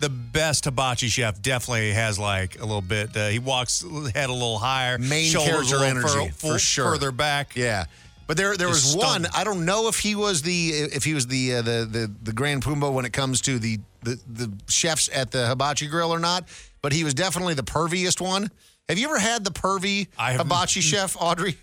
S3: The best hibachi chef definitely has like a little bit. Uh, he walks head a little higher,
S1: main
S3: shoulders
S1: character
S3: a little
S1: energy
S3: fur-
S1: for
S3: fur-
S1: sure.
S3: Further back,
S1: yeah. But there there
S3: Just
S1: was
S3: stung.
S1: one. I don't know if he was the if he was the uh, the the the Grand Pumbo when it comes to the, the the chefs at the hibachi grill or not. But he was definitely the perviest one. Have you ever had the pervy hibachi chef, Audrey?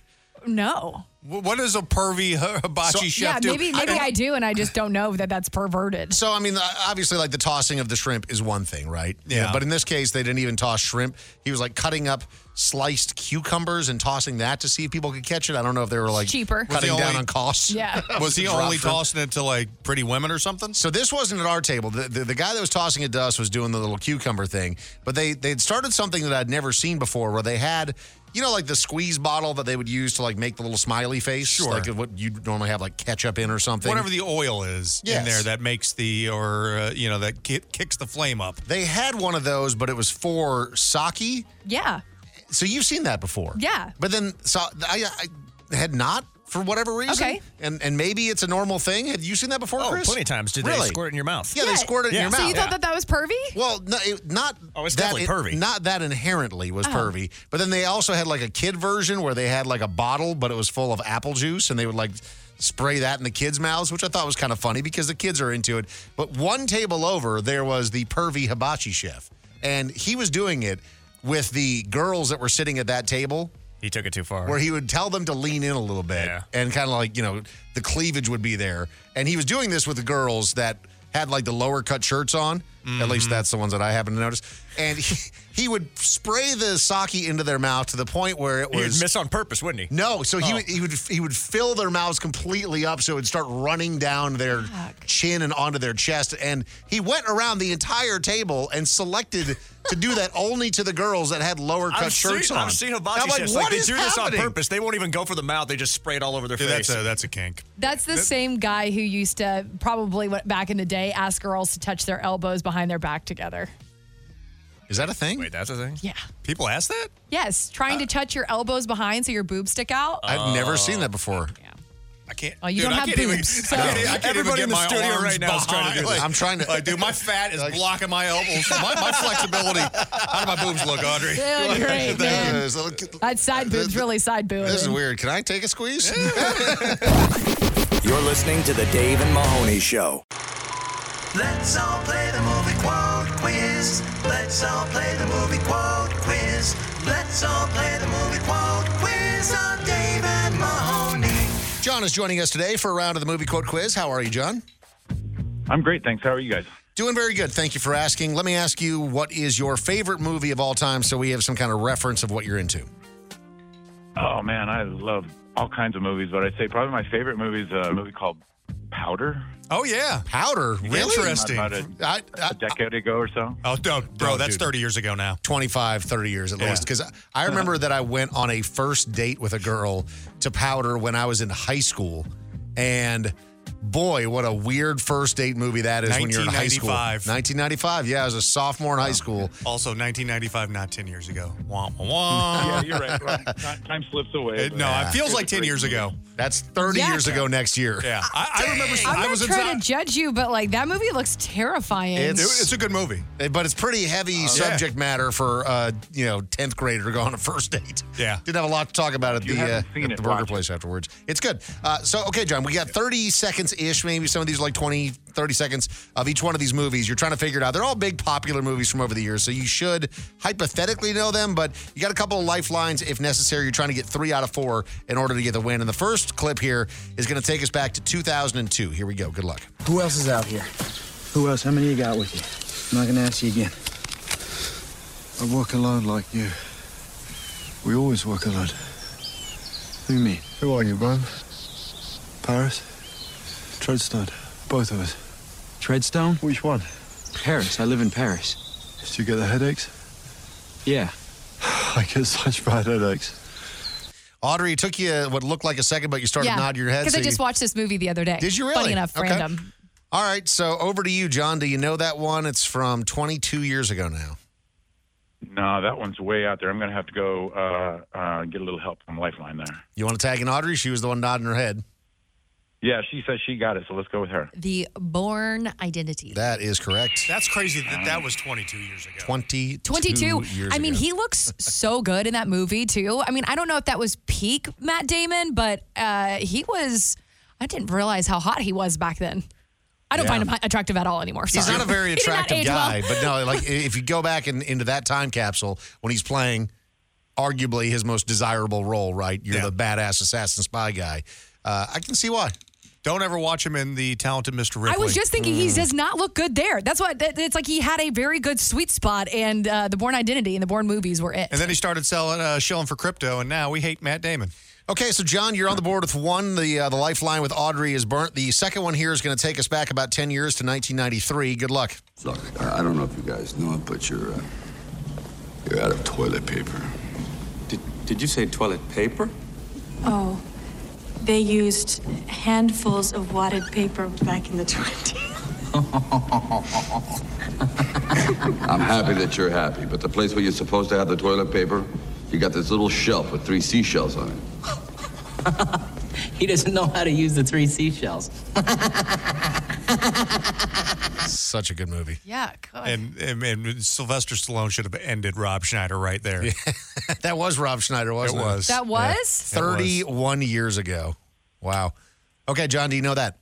S4: No.
S3: What is a pervy hibachi
S4: yeah, maybe maybe I, do, and I just don't know that that's perverted.
S1: So I mean, uh, obviously, like the tossing of the shrimp is one thing, right?
S3: Yeah.
S1: But in this case, they didn't even toss shrimp. He was like cutting up sliced cucumbers and tossing that to see if people could catch it. I don't know if they were like
S4: cheaper. Was
S1: cutting
S3: the
S1: down
S3: only-
S1: on costs.
S4: Yeah.
S3: was he
S1: Drop
S3: only
S1: shrimp.
S3: tossing it to like pretty women or something?
S1: So this wasn't at our table. The, the, the guy that was tossing it to us was doing the little cucumber thing, but they they had started something that I'd never seen before, where they had. You know, like the squeeze bottle that they would use to like make the little smiley face,
S3: Sure.
S1: like what you normally have like ketchup in or something.
S3: Whatever the oil is in
S1: Yes.
S3: there that makes the or uh, you know that ki- kicks the flame up.
S1: They had one of those, but it was for sake.
S4: Yeah.
S1: So you've seen that before.
S4: Yeah.
S1: But then so I, I had not for whatever reason.
S4: Okay.
S1: And and maybe it's a normal thing. Have you seen that before,
S20: Oh,
S1: Chris?
S20: plenty of times. Did they
S1: Really?
S20: squirt it in your mouth?
S1: Yeah, they squirt it in your mouth.
S4: So you thought that that was pervy?
S1: Well, no, it, not
S20: Oh, it's
S1: that
S20: definitely
S1: it-
S20: pervy.
S1: Not that inherently was
S4: Oh.
S1: pervy, but then they also had like a kid version where they had like a bottle, but it was full of apple juice, and they would like spray that in the kids' mouths, which I thought was kind of funny because the kids are into it. But one table over, there was the pervy hibachi chef, and he was doing it with the girls that were sitting at that table
S20: He took it too far.
S1: where he would tell them to lean in a little bit and kind of like, you know, the cleavage would be there. And he was doing this with the girls that had like the lower cut shirts on. At
S20: Mm-hmm.
S1: least that's the ones that I happen to notice. And he, he would spray the sake into their mouth to the point where it
S20: He would
S1: was.
S20: miss Oh. on purpose, wouldn't he?
S1: no, so he, would, he would he would fill their mouths completely up, so it would start running down their chin and onto their chest. And he went around the entire table and selected to do that only to the girls that had lower cut
S20: I've
S1: shirts
S20: seen,
S1: on.
S20: I've seen
S1: And
S20: hibachi
S1: I'm like,
S20: chefs. Like,
S1: "What
S20: they
S1: is
S20: do this on
S1: happening?"
S20: purpose. They won't even go for the mouth. They just spray it all over their
S3: Yeah,
S20: face.
S3: that's a that's a kink.
S4: That's the same guy who used to probably went back in the day ask girls to touch their elbows behind their back together.
S1: Is that a thing?
S20: Wait, that's a thing?
S4: Yeah.
S3: People ask that?
S4: Yes, trying to touch your elbows behind so your boobs stick out.
S1: I've never seen that before.
S3: I can't.
S4: Oh, you
S3: dude,
S4: don't
S3: I
S4: have
S3: can't even-
S4: boobs, so-
S3: I can't, I can't
S20: Everybody in
S3: even get
S20: the
S3: my
S20: studio
S3: arms
S20: right now is trying to do
S3: behind.
S20: this.
S3: Like,
S20: I'm trying to-
S3: Like, dude, my fat is blocking my elbows. My, my flexibility. How do my boobs look, Audrey?
S4: Dude, great, man.
S1: Uh, so-
S4: That side boob's really side boob.
S1: This is weird. Can I take a squeeze?
S2: You're listening to the Dave and Mahoney Show.
S26: Let's all play the movie quote quiz. Let's all play the movie quote quiz. Let's all play the movie quote quiz on David Mahoney.
S1: John is joining us today for a round of the movie quote quiz. How are you, John?
S9: I'm great, thanks. How are you guys?
S1: Doing very good. Thank you for asking. Let me ask you, what is your favorite movie of all time so we have some kind of reference of what you're into?
S9: Oh man, I love all kinds of movies, but I'd say probably my favorite movie is a movie called Powder.
S3: Oh yeah,
S1: powder. Really
S9: Came out About a, a decade ago or so.
S3: Oh no, bro,
S1: No,
S3: that's
S1: dude.
S3: 30 years ago now.
S1: 25, 30 years at
S3: Yeah.
S1: least. Because I, I remember that I went on a first date with a girl to powder when I was in high school. And Boy, what a weird first date movie that is when you're in high school.
S3: 1995.
S1: 1995. Yeah, I was a sophomore in high
S3: Oh.
S1: school.
S3: Also, 1995, not 10 years ago. Wah, wah, wah.
S1: Yeah, you're right. Well,
S3: Time slips away. no,
S1: Yeah.
S3: it feels like 10 years ago.
S1: That's 30
S4: Yeah.
S1: years ago next year.
S3: Yeah. I, I remember
S4: I'm
S3: I
S4: not
S3: was
S4: trying
S3: inside.
S4: to judge you, but like that movie looks terrifying.
S3: a good movie.
S1: Eh, But it's pretty heavy subject matter for uh, you know, 10th grader going on a first date.
S3: Yeah.
S1: Didn't have a lot to talk about at
S3: If you
S1: the, uh,
S3: haven't seen
S1: at
S3: it,
S1: the burger
S3: watch
S1: place afterwards. It's good. Uh, so, okay, John, we got 30 seconds ish, maybe some of these are like 20, 30 seconds of each one of these movies. You're trying to figure it out. They're all big popular movies from over the years, so you should hypothetically know them, but you got a couple of lifelines if necessary. You're trying to get three out of four in order to get the win. And the first clip here is going to take us back to 2002. Here we go. Good luck.
S27: Who else is out here? Who else? How many you got with you? I'm not gonna ask you again.
S28: I walk alone like you. We always walk alone. Who you mean? Who are you, Rome? Paris? Treadstone. Both of us. Treadstone? Which one? Paris. I live in Paris. Do you get the headaches? Yeah. I get such bad headaches.
S1: Audrey, it took you what looked like a second, but you started
S4: Yeah.
S1: to nodding your head.
S4: Because
S1: so
S4: I
S1: you-
S4: just watched this movie the other day.
S1: Did you really?
S4: Funny enough,
S1: Okay.
S4: random.
S1: All right, so over to you, John. Do you know that one? It's from 22 years ago now.
S9: No, that one's way out there. I'm going to have to go uh, uh, get a little help from Lifeline there.
S1: You want to tag in Audrey? She was the one nodding her head.
S9: Yeah, she says she got it, so let's go with her.
S4: The Born Identity.
S1: That is correct.
S3: That's crazy that that was 22 years ago.
S1: 22.
S4: 22.
S1: Years
S4: I mean,
S1: ago.
S4: he looks so good in that movie, too. I mean, I don't know if that was peak Matt Damon, but uh, he was, I didn't realize how hot he was back then. I don't
S1: Yeah.
S4: find him attractive at all anymore.
S1: He's
S4: Sorry.
S1: not a very
S4: He did not
S1: attractive
S4: age
S1: guy,
S4: well.
S1: but no, like i- if you go back in, into that time capsule when he's playing arguably his most desirable role, right? You're the badass assassin spy guy. Uh, I can see why.
S3: Don't ever watch him in The Talented Mr. Ripley.
S4: I was just thinking
S1: Mm.
S4: he does not look good there. That's why that- it's like he had a very good sweet spot, and uh, the Born Identity and the Born movies were it.
S3: And then he started selling, uh, shilling for crypto, and now we hate Matt Damon.
S1: Okay, so John, you're on the board with one. The uh, the lifeline with Audrey is burnt. The second one here is going to take us back about 10 years to 1993. Good luck.
S28: Look, I I don't know if you guys know it, but you're uh, you're out of toilet paper. Did Did you say toilet paper?
S29: Oh, they used handfuls of wadded paper back in the 20s.
S28: I'm happy that you're happy, but the place where you're supposed to have the toilet paper, you got this little shelf with three seashells on it.
S22: He doesn't know how to use the three seashells.
S1: Such a good movie.
S4: Yeah,
S3: And, and, and Sylvester Stallone should have ended Rob Schneider right there.
S1: that was Rob Schneider, wasn't it?
S3: was. That was?
S1: Yeah.
S3: It was.
S1: 31 years ago. Wow. Okay, John, do you know that?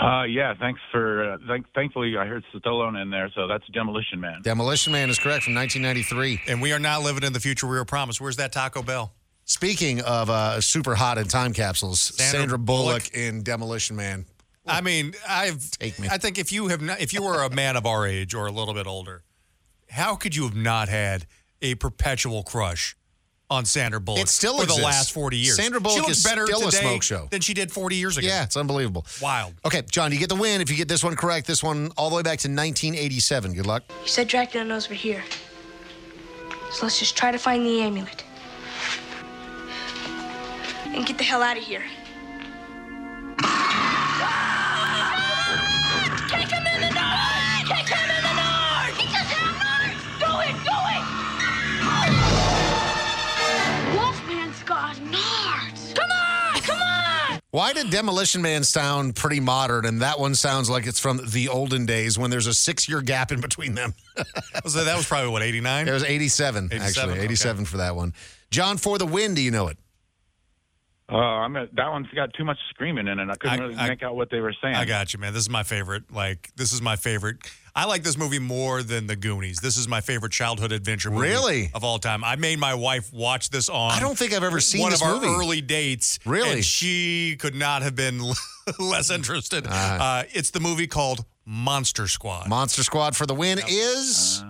S9: Uh, yeah, thanks for. Uh, thank, thankfully, I heard Stallone in there, so that's Demolition Man.
S1: Demolition Man is correct from 1993.
S3: And we are not living in the future we were promised. Where's that Taco Bell?
S1: Speaking of uh, super hot in time capsules, Sandra,
S3: Sandra
S1: Bullock, in Demolition Man.
S3: I mean, I've.
S1: me.
S3: I think if you have not, if you were a man of our age or a little bit older, how could you have not had a perpetual crush on Sandra Bullock?
S1: It still
S3: for
S1: exists.
S3: the last forty years.
S1: Sandra
S3: She
S1: Bullock
S3: looks
S1: is
S3: better
S1: still a
S3: today
S1: smoke show.
S3: than she did forty years ago.
S1: Yeah, it's unbelievable.
S3: Wild.
S1: Okay, John, you get the win if you get this one correct. This one all the way back to 1987. Good luck.
S29: You said Dracula knows we're here. So let's just try to find the amulet. And get the hell out of here.
S26: Kick him in the door! Kick him in the door! Kick him in the door! Do it! Do it! Wolfman's got nards! Come on! Come on!
S1: Why did Demolition Man sound pretty modern and that one sounds like it's from the olden days when there's a six year gap in between them?
S3: So that was probably what eighty nine.
S1: It was 87,
S3: 87,
S1: actually.
S3: okay.
S1: 87 for that one. John, for the win, do you know it?
S9: Uh, I'm a, that one's got too much screaming in it. I couldn't really make out what they were saying.
S3: I got you, man. This is my favorite. Like, this is my favorite. I like this movie more than The Goonies. This is my favorite childhood adventure movie
S1: Really?
S3: of all time. I made my wife watch this on.
S1: I don't think I've ever seen
S3: one
S1: this
S3: of our
S1: movie.
S3: early dates.
S1: Really?
S3: and she could not have been less interested. Uh, it's the movie called Monster Squad.
S1: Monster Squad for the win is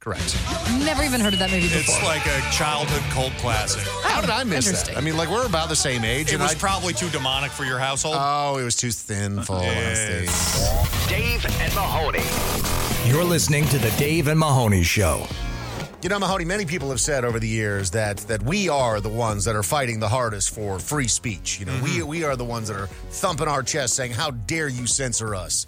S1: correct.
S4: Never even heard of that movie before.
S3: It's like a childhood cult classic.
S1: How did I miss that? I mean, like, we're about the same age.
S3: It
S1: and
S3: was
S1: I-
S3: probably too demonic for your household.
S1: oh, it was too thin for all honesty.
S30: Dave and Mahoney.
S21: You're listening to The Dave and Mahoney Show.
S1: You know, Mahoney, many people have said over the years that that we are the ones that are fighting the hardest for free speech. You know,
S3: Mm-hmm.
S1: we we are the ones that are thumping our chest saying, "How dare you censor us?"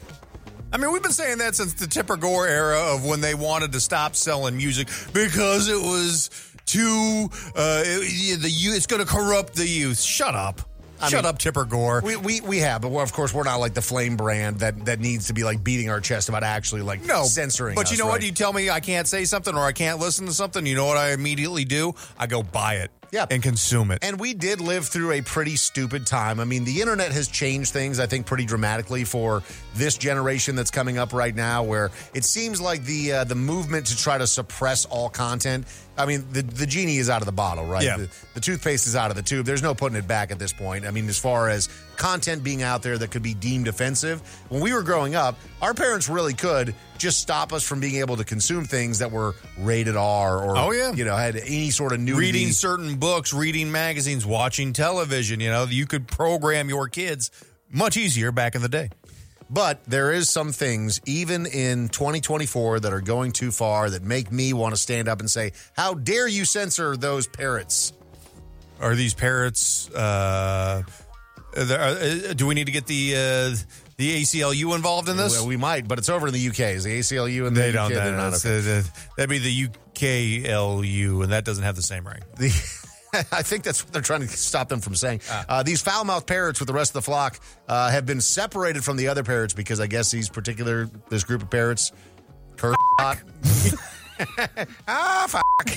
S3: I mean, we've been saying that since the Tipper Gore era of when they wanted to stop selling music because it was too uh, it- the youth. It's going to corrupt the youth. Shut up.
S1: I
S3: Shut
S1: mean-
S3: up, Tipper Gore.
S1: We, we, we have, but we're, of course, we're not like the flame brand that, that needs to be like beating our chest about actually like
S3: No
S1: censoring.
S3: But you
S1: us,
S3: know what?
S1: right?
S3: You tell me I can't say something or I can't listen to something. You know what I immediately do? I go buy it.
S1: Yeah.
S3: and consume it.
S1: And we did live through a pretty stupid time. I mean, the internet has changed things, I think, pretty dramatically for this generation that's coming up right now, where it seems like the uh, the movement to try to suppress all content. I mean, the the genie is out of the bottle, right?
S3: Yeah.
S1: The, the toothpaste is out of the tube. There's no putting it back at this point. I mean, as far as content being out there that could be deemed offensive, when we were growing up, our parents really could just stop us from being able to consume things that were rated R or
S3: Oh, yeah.
S1: you know, had any sort of new
S3: reading certain books, reading magazines, watching television. You know, you could program your kids much easier back in the day.
S1: But there is some things, even in 2024, that are going too far that make me want to stand up and say, "How dare you censor those parrots?"
S3: Are these parrots? Uh, are there- are- uh, do we need to get the uh, the ACLU involved in this?
S1: Well, we might, but it's over in the UK. Is the ACLU and the
S3: they
S1: UK?
S3: don't.
S1: They're
S3: that-
S1: not
S3: that's-
S1: okay.
S3: uh, that'd be the UKLU, and that doesn't have the same ring.
S1: I think that's what they're trying to stop them from saying.
S3: Ah.
S1: Uh, these foul mouthed parrots with the rest of the flock uh, have been separated from the other parrots because I guess these particular this group of parrots curse. a lot. ah, fuck.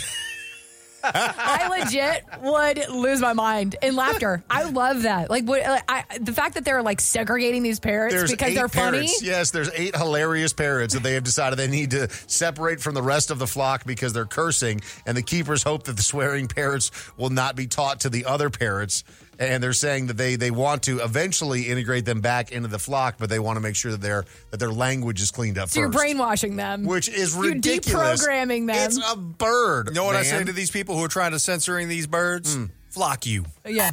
S4: I legit would lose my mind in laughter. I love that. Like, what, like, I, the fact that they're like segregating these parrots because
S1: eight
S4: they're funny.
S1: parrots. Yes, there's eight hilarious parrots that they have decided they need to separate from the rest of the flock because they're cursing, and the keepers hope that the swearing parrots will not be taught to the other parrots. And they're saying that they they want to eventually integrate them back into the flock, but they want to make sure that their that their language is cleaned up
S4: So you you're
S1: first.
S4: brainwashing them,
S1: Which is
S4: You're
S1: ridiculous.
S4: deprogramming them.
S1: It's uh, a bird.
S3: You know what I
S1: man. Hmm.
S3: say to these people who are trying to censoring these birds? Flock you.
S4: yeah.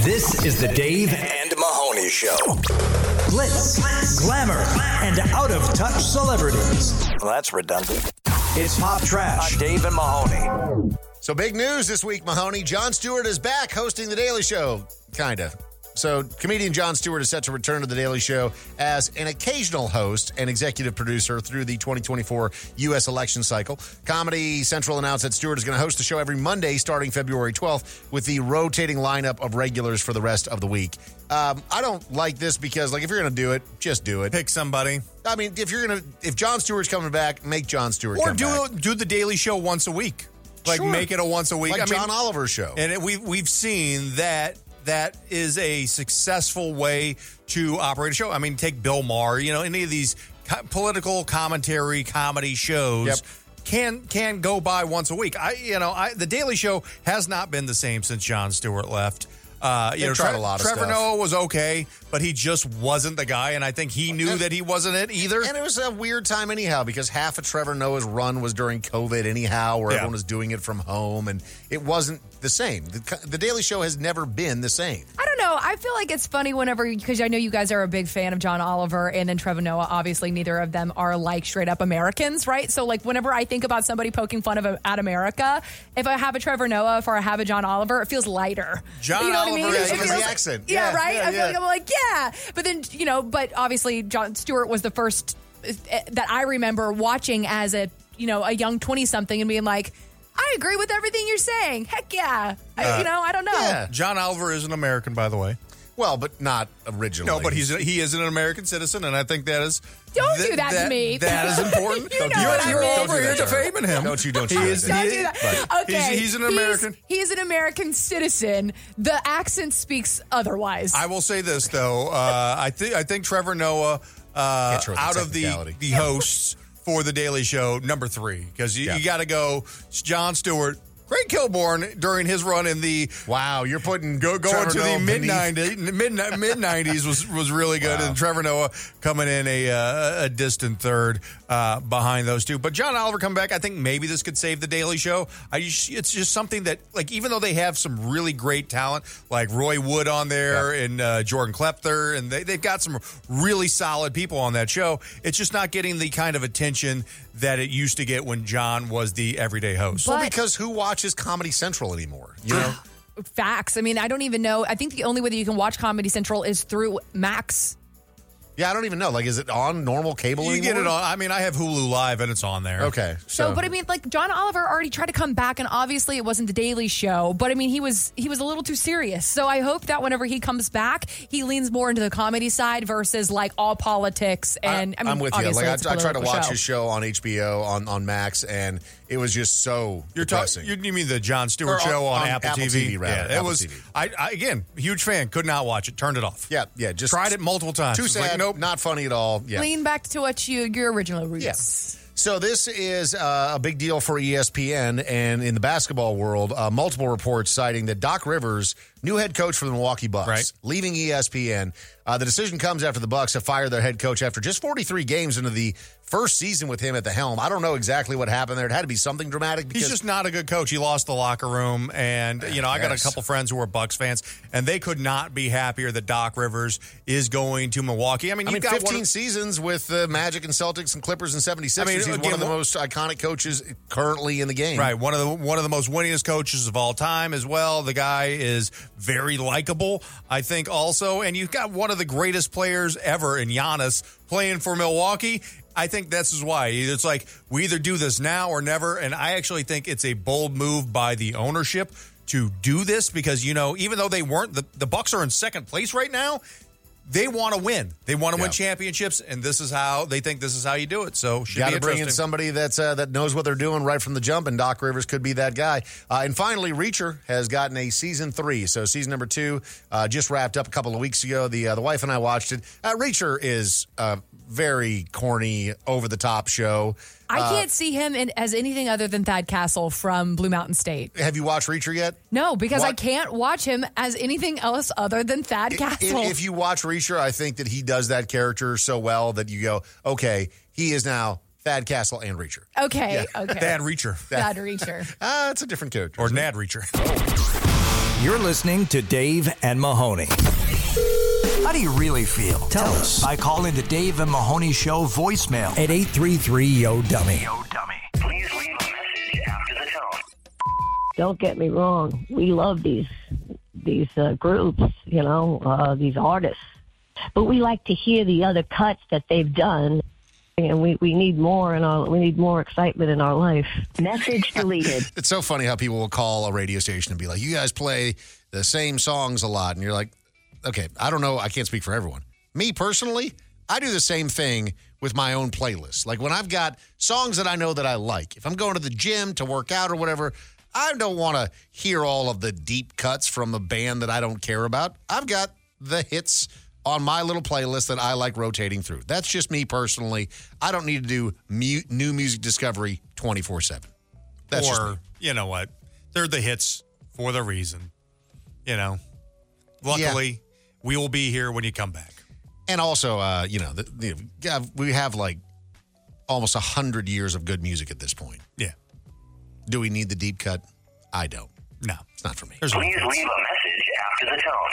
S2: This is the Dave and Mahoney Show. Blitz, glamour, and out of touch celebrities. Well, that's redundant. It's pop trash. on Dave and Mahoney.
S1: So big news this week, Mahoney. John Stewart is back hosting The Daily Show, kinda. So comedian John Stewart is set to return to The Daily Show as an occasional host and executive producer through the 2024 U.S. election cycle. Comedy Central announced that Stewart is going to host the show every Monday starting February 12th with the rotating lineup of regulars for the rest of the week. Um, I don't like this because, like, if you're going to do it, just do it.
S3: Pick somebody.
S1: I mean, if you're going to, if John Stewart's coming back, make John Stewart
S3: Or
S1: come
S3: do
S1: back.
S3: do the Daily Show once a week. Like
S1: Sure.
S3: make it a once a week.
S1: Like
S3: I mean,
S1: John Oliver's show.
S3: And it, we've we've seen that that is a successful way to operate a show. I mean, take Bill Maher, you know, any of these co- political commentary comedy shows.
S1: Yep.
S3: Can can go by once a week. I you know I the Daily Show has not been the same since John Stewart left. Uh, you
S1: They've
S3: know,
S1: tried a lot of
S3: Trevor
S1: stuff.
S3: Noah was okay, but he just wasn't the guy, and I think he knew that he wasn't it either.
S1: And it was a weird time anyhow because half of Trevor Noah's run was during COVID anyhow, where
S3: Yeah.
S1: everyone was doing it from home, and it wasn't the same. The, co- the Daily Show has never been the same.
S4: I don't know. I feel like it's funny whenever because I know you guys are a big fan of John Oliver and then Trevor Noah. Obviously, neither of them are like straight up Americans, right? So like whenever I think about somebody poking fun of at America, if I have a Trevor Noah, if I have a John Oliver, it feels lighter.
S1: John
S4: you know what I mean?
S1: Oliver
S4: It
S1: has
S4: feels-
S1: the accent.
S4: Yeah,
S1: Yeah,
S4: right.
S1: yeah,
S4: I feel
S1: yeah.
S4: like I'm like yeah, but then you know, but obviously John Stewart was the first uh, that I remember watching as a you know a young twenty something and being like. I agree with everything you're saying. Heck yeah. I,
S3: Uh,
S4: you know, I don't know.
S3: John Oliver is an American, by the way.
S1: Well, but not originally.
S3: No, but he's he is an American citizen, and I think that is.
S4: Don't do that to me.
S3: That is important.
S4: You Don't do know that what I
S3: you're
S4: mean.
S3: you're
S4: Don't
S3: over
S4: do
S3: here
S4: that to her.
S3: defaming him.
S1: Don't you- don't
S3: he
S1: you do
S3: is,
S1: that.
S3: he
S4: Don't do
S3: is-
S4: that.
S3: but
S4: Okay.
S3: He's, he's an American.
S4: He is an American citizen. The accent speaks otherwise.
S3: I will say this though. Uh, I think I think Trevor Noah uh,
S1: Get through the
S3: out of the
S1: technicality.
S3: the hosts for the Daily Show number three because you,
S1: Yeah.
S3: you got to go John Stewart. Craig Kilborn during his run in the
S1: Wow, you're putting
S3: go going
S1: Trevor
S3: to
S1: Noah
S3: the mid
S1: beneath-
S3: nineties mid mid nineties was was really good, and Trevor Noah coming in a uh, a distant third uh, behind those two. But John Oliver coming back, I think maybe this could save the Daily Show. I just- it's just something that like even though they have some really great talent like Roy Wood on there and uh, Jordan Klepther, and they they've got some really solid people on that show. It's just not getting the kind of attention that it used to get when John was the everyday host.
S1: well, because who watches Comedy Central anymore? You know,
S4: Facts. I mean, I don't even know. I think the only way that you can watch Comedy Central is through Max.
S1: yeah, I don't even know. Like, is it on normal cable?
S3: you
S1: anymore?
S3: get it on. I mean, I have Hulu Live and it's on there.
S1: Okay,
S4: So, but I mean, like John Oliver already tried to come back, and obviously it wasn't the Daily Show. But I mean, he was he was a little too serious. So I hope that whenever he comes back, he leans more into the comedy side versus like all politics. And I, mean,
S1: am with you.
S4: obviously
S1: Like, I,
S4: it's a
S1: I tried to
S4: political
S1: watch
S4: show.
S1: his show on HBO on on Max, and it was just so
S3: You're
S1: depressing.
S3: talking. You, you mean the John
S1: Or
S3: Stewart
S1: on-
S3: show on,
S1: on
S3: Apple,
S1: Apple
S3: TV?
S1: TV, rather.
S3: Yeah, it
S1: Apple
S3: was.
S1: TV.
S3: I, I again, huge fan. Could not watch it. Turned it off.
S1: Yeah, yeah. Just
S3: tried it multiple times.
S1: Too
S3: It's
S1: sad.
S3: Like, nope.
S1: Not funny at all. Yeah.
S4: Lean back to what you your original roots.
S1: So this is uh, a big deal for ESPN and in the basketball world. Uh, multiple reports citing that Doc Rivers, new head coach for the Milwaukee Bucks,
S3: Right.
S1: leaving E ESPN. Uh, the decision comes after the Bucks have fired their head coach after just 43 games into the first season with him at the helm. I don't know exactly what happened there. It had to be something dramatic. Because
S3: He's just not a good coach. He lost the locker room, and you know I got a
S1: Yes.
S3: couple friends who are Bucks fans, and they could not be happier that Doc Rivers is going to Milwaukee. I mean,
S1: I mean,
S3: you've got
S1: 15
S3: one of-
S1: seasons with the Magic and Celtics and Clippers and 76ers.
S3: I mean,
S1: He's one
S3: again,
S1: of the
S3: one-
S1: most iconic coaches currently in the game.
S3: Right, one of the one of the most winningest coaches of all time as well. The guy is very likable, I think, also, and you've got one of the greatest players ever in Giannis playing for Milwaukee. I think this is why it's like we either do this now or never, and I actually think it's a bold move by the ownership to do this because you know even though they weren't the, the Bucks are in second place right now. They want to win. They want to win championships, and this is how they think this is how you do it. So, should
S1: Got
S3: be
S1: to bring in
S3: interesting.
S1: somebody that's uh, that knows what they're doing right from the jump, and Doc Rivers could be that guy. Uh, and finally, Reacher has gotten a season three, so season number two uh, just wrapped up a couple of weeks ago. The uh, the wife and I watched it. Uh, Reacher is a very corny, over the top show.
S4: I
S1: Uh,
S4: can't see him in, as anything other than Thad Castle from Blue Mountain State.
S1: Have you watched Reacher yet?
S4: No, because I
S1: What?
S4: can't watch him as anything else other than Thad Castle.
S1: If, if you watch Reacher, I think that he does that character so well that you go, okay, he is now Thad Castle and Reacher.
S4: okay, okay.
S3: Thad Reacher.
S4: Thad Reacher.
S1: Ah, it's a different character.
S3: Or Nad Reacher.
S2: You're listening to Dave and Mahoney. How do you really feel? Tell us by calling the Dave and Mahoney Show voicemail at 833 Yo Dummy.
S31: don't get me wrong, we love these these uh, groups, you know, uh, these artists, but we like to hear the other cuts that they've done, and we, we need more in our we need more excitement in our life. Message deleted.
S1: It's so funny how people will call a radio station and be like, "You guys play the same songs a lot," and you're like, "Okay, I don't know. I can't speak for everyone. Me personally, I do the same thing with my own playlist. Like when I've got songs that I know that I like. If I'm going to the gym to work out or whatever." I don't want to hear all of the deep cuts from a band that I don't care about. I've got the hits on my little playlist that I like rotating through. That's just me personally. I don't need to do mu- new music discovery 24 7. That's just me.
S3: or you know what? They're the hits for the reason. You know. Luckily, we will be here when you come back.
S1: and also uh, you know the, the, yeah, we have like almost 100 years of good music at this point
S3: yeah
S1: do we need the deep cut i don't
S3: no
S1: it's not for me
S18: Please leave a message after the tone.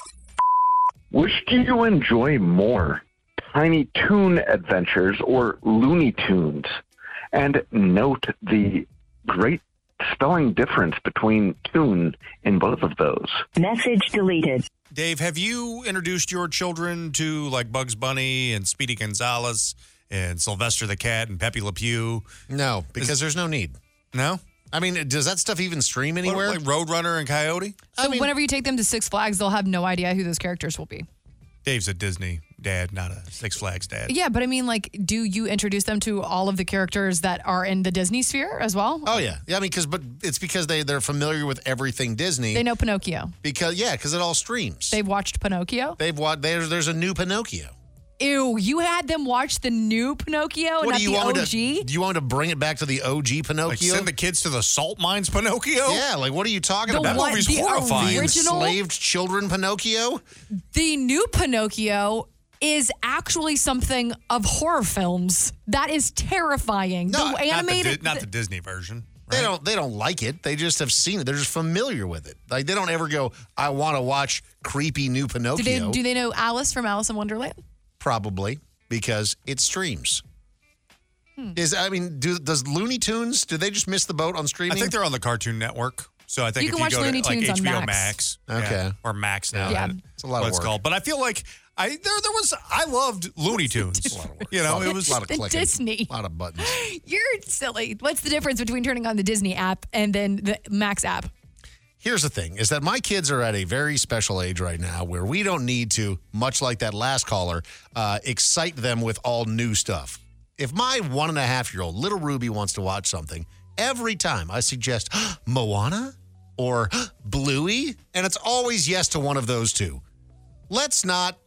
S32: Which do you enjoy more, Tiny Toon Adventures or Looney Tunes? And note the great spelling difference between tune in both of those.
S31: Message deleted.
S3: Dave, have you introduced your children to like Bugs Bunny and Speedy Gonzales and Sylvester the Cat and Pepe Le Pew?
S1: No, because there's no need.
S3: No?
S1: I mean, does that stuff even stream
S3: anywhere? Like Roadrunner and Coyote?
S4: So whenever you take them to Six Flags, they'll have no idea who those characters will be.
S3: Dave's a Disney dad, not a Six Flags dad.
S4: Yeah, but I mean, like, do you introduce them to all of the characters that are in the Disney sphere as well?
S1: oh yeah yeah i mean because but it's because they they're familiar with everything disney
S4: They know Pinocchio.
S1: because yeah because it all streams
S4: They've watched Pinocchio.
S1: they've watched there's there's a new pinocchio
S4: Ew, you had them watch the new Pinocchio
S1: what
S4: and Oh, not
S1: do you
S4: the
S1: want
S4: OG?
S1: me to do you want me to bring it back to the og pinocchio
S3: send the kids to the salt mines pinocchio
S1: yeah like what are you talking
S4: The
S1: about
S4: one- the
S1: the
S4: original-
S1: enslaved children pinocchio
S4: the new Pinocchio is actually something of horror films. That is terrifying. the animated
S3: not the, Di- not the Disney version.
S1: They don't they don't like it. They just have seen it. They're just familiar with it. Like they don't ever go, I want to watch creepy new
S4: do they
S1: Pinocchio.
S4: do they know Alice from Alice in Wonderland?
S1: Probably because it streams.
S4: Hmm.
S1: Is I mean, do, does Looney Tunes do they just miss the boat on streaming?
S3: I think they're on the Cartoon Network. So I think
S1: You
S3: if
S1: can
S3: you
S1: watch
S3: go
S1: Looney
S3: to like
S1: Tunes on
S3: HBO
S1: Max.
S3: Max,
S1: Okay.
S3: or Max now,
S1: Yeah.
S3: that-
S1: It's a lot of
S3: what it's
S1: work.
S3: called. But I feel like I there there was I loved Looney Tunes. You know, it was
S4: Lot of The clicking. Disney.
S1: a lot of buttons.
S4: You're silly. What's the difference between turning on the Disney app and then the Max app?
S1: Here's the thing is that my kids are at a very special age right now where we don't need to, much like that last caller, uh, excite them with all new stuff. If my one and a half year old little Ruby wants to watch something, every time I suggest Moana or Bluey, and it's always yes to one of those two. Let's not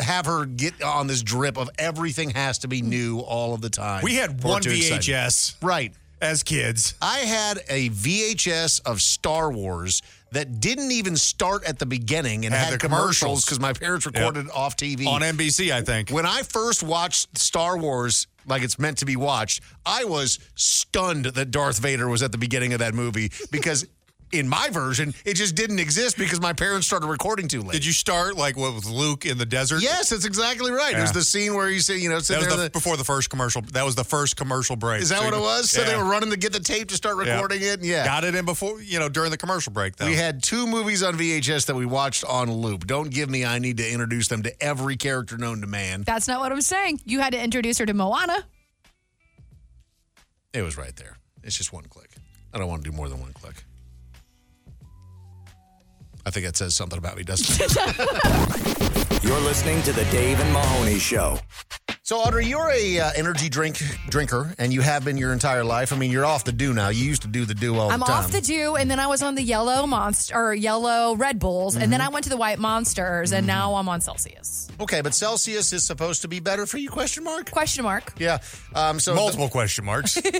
S1: have her get on this drip of everything has to be new all of the time.
S3: We had
S1: Or
S3: one
S1: too exciting.
S3: VHS
S1: Right.
S3: as kids.
S1: I had a VHS of Star Wars that didn't even start at the beginning and
S3: Had
S1: had,
S3: the
S1: commercials
S3: commercials.
S1: because my parents
S3: Yep.
S1: recorded it off TV
S3: On NBC, I think.
S1: When I first watched Star Wars like it's meant to be watched, I was stunned that Darth Vader was at the beginning of that movie because in my version it just didn't exist because my parents started recording too late.
S3: Did you start like what with Luke in the desert?
S1: Yes, that's exactly right. It was
S3: Yeah.
S1: the scene where you see, you know, sit
S3: That was
S1: there.
S3: the,
S1: the-
S3: before the first commercial. That was the first commercial break.
S1: is that
S3: So
S1: what
S3: you-
S1: it was? So they
S3: Yeah.
S1: were running to get the tape to start
S3: Yeah.
S1: recording it. and Yeah,
S3: Got it in before, you know, during the commercial break, though.
S1: We had two movies on VHS that we watched on loop. Don't give me I need to introduce them to every character known to man.
S4: That's not what I'm saying. You had to introduce her to Moana.
S1: It was right there. It's just one click. I don't want to do more than one click. I think that says something about me, doesn't it?
S30: You're listening to the Dave and Mahoney Show.
S1: so, Audrey, you're a uh, energy drink drinker, and you have been your entire life. I mean, you're off the do now. You used to do the do all
S4: I'm
S1: the time.
S4: off the dew, and then I was on the yellow monster or yellow Red Bulls, and then
S3: Mm-hmm.
S4: I went to the white monsters, and now I'm on Celsius.
S1: okay, but Celsius is supposed to be better for you? Question mark.
S4: Question mark.
S1: Yeah. Um, so
S3: multiple question marks.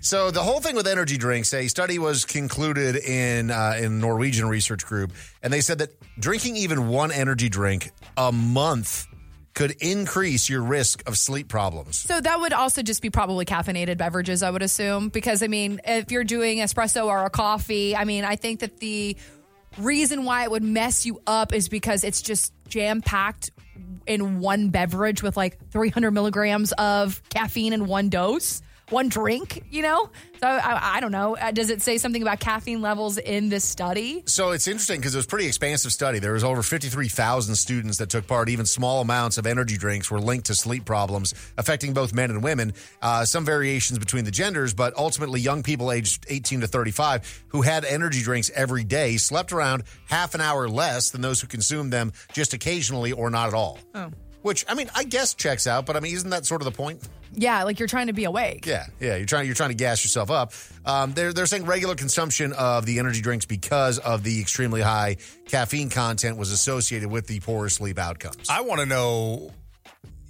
S1: So the whole thing with energy drinks, a study was concluded in uh, in Norwegian research group, and they said that drinking even one energy drink a month could increase your risk of sleep problems.
S4: So that would also just be probably caffeinated beverages, I would assume, because I mean, if you're doing espresso or a coffee, I mean, I think that the reason why it would mess you up is because it's just jam packed in one beverage with like 300 milligrams of caffeine in one dose, one drink, you know? So I, I don't know. Uh, Does it say something about caffeine levels in this study?
S1: So it's interesting because it was a pretty expansive study. There was over 53,000 students that took part. Even small amounts of energy drinks were linked to sleep problems affecting both men and women. Uh, some variations between the genders, but ultimately young people aged 18 to 35 who had energy drinks every day slept around half an hour less than those who consumed them just occasionally or not at all. Oh. Which I mean, I guess checks out, but I mean, isn't that sort of the point?
S4: Yeah, like you're trying to be awake.
S1: Yeah, yeah. You're trying you're trying to gas yourself up. Um, they're they're saying regular consumption of the energy drinks because of the extremely high caffeine content was associated with the poorer sleep outcomes.
S3: I want to know,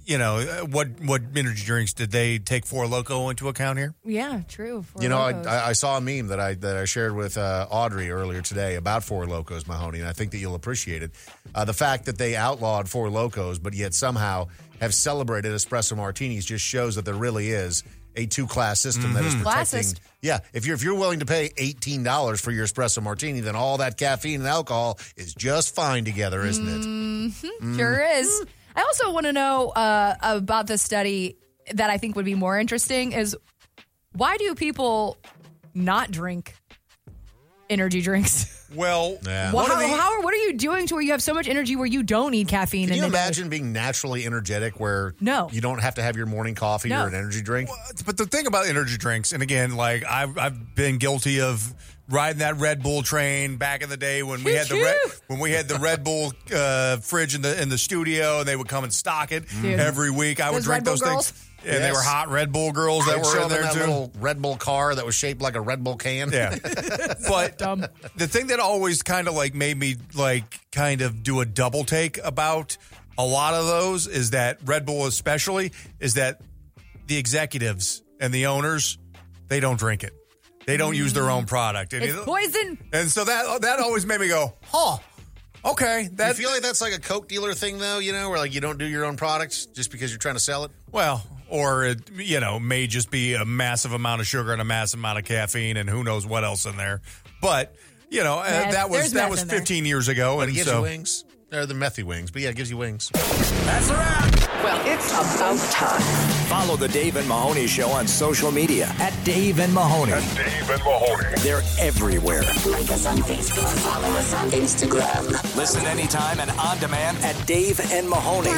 S3: you know, uh, what what energy drinks did they take Four Loco into account here?
S4: Yeah, true. for
S1: you know, I,
S4: locos.
S1: I, I saw a meme that I that I shared with uh, Audrey earlier today about Four Locos Mahoney, and I think that you'll appreciate it. Uh, the fact that they outlawed Four Locos, but yet somehow have celebrated espresso martinis, just shows that there really is a two class system that is
S4: Mhm.
S1: protecting.
S4: Classist.
S1: Yeah, if you're if you're willing to pay eighteen dollars for your espresso martini, then all that caffeine and alcohol is just fine together, isn't it?
S4: Mhm, Sure
S1: Mm.
S4: is. I also want to know uh, about the study that I think would be more interesting is why do people not drink energy drinks?
S3: Well,
S4: Well,
S3: one
S4: how,
S3: of the-
S4: how- what are you doing to where you have so much energy where you don't need caffeine?
S1: Can
S4: in
S1: you
S4: the day?
S1: imagine being naturally energetic where
S4: No.
S1: you don't have to have your morning coffee
S4: No.
S1: or an energy drink?
S3: but the thing about energy drinks, and again, like I've I've been guilty of riding that Red Bull train back in the day when we had the Red, when we had the Red Bull uh, fridge in the in the studio, and they would come and stock it
S1: Dude.
S3: every week. I would
S1: Mm. Those
S3: drink
S1: Red Bull
S3: those
S1: girls?
S3: things, and they
S1: Yes.
S3: were hot Red Bull girls that
S1: They'd
S3: were
S1: show up
S3: in
S1: in
S3: there
S1: that
S3: too.
S1: little Red Bull car that was shaped like a Red Bull can.
S3: Yeah. but the thing that always kind of like made me like kind of do a double take about a lot of those is that Red Bull especially is that the executives and the owners they don't drink it. They don't use their own product. And,
S4: Mm. It's poison.
S3: and so that that always made me go, "Huh. Okay,
S1: Do you feel like that's like a Coke dealer thing, though? You know, where like you don't do your own products just because you're trying to sell it.
S3: Well, or it, you know, may just be a massive amount of sugar and a massive amount of caffeine, and who knows what else in there. But you know, uh,
S1: Meth.
S3: that was
S1: There's
S3: that
S1: meth
S3: was
S1: in there.
S3: 15 years ago,
S1: But it
S3: and
S1: gives
S3: so
S1: you wings. They're the methy wings, but yeah, it gives you wings.
S33: That's a wrap. Well, it's about time.
S2: Follow the Dave and Mahoney Show on social media at Dave and Mahoney. At Dave and Mahoney. They're everywhere. Like us on Facebook, follow us on Instagram. Listen anytime and on demand at Dave and Mahoney.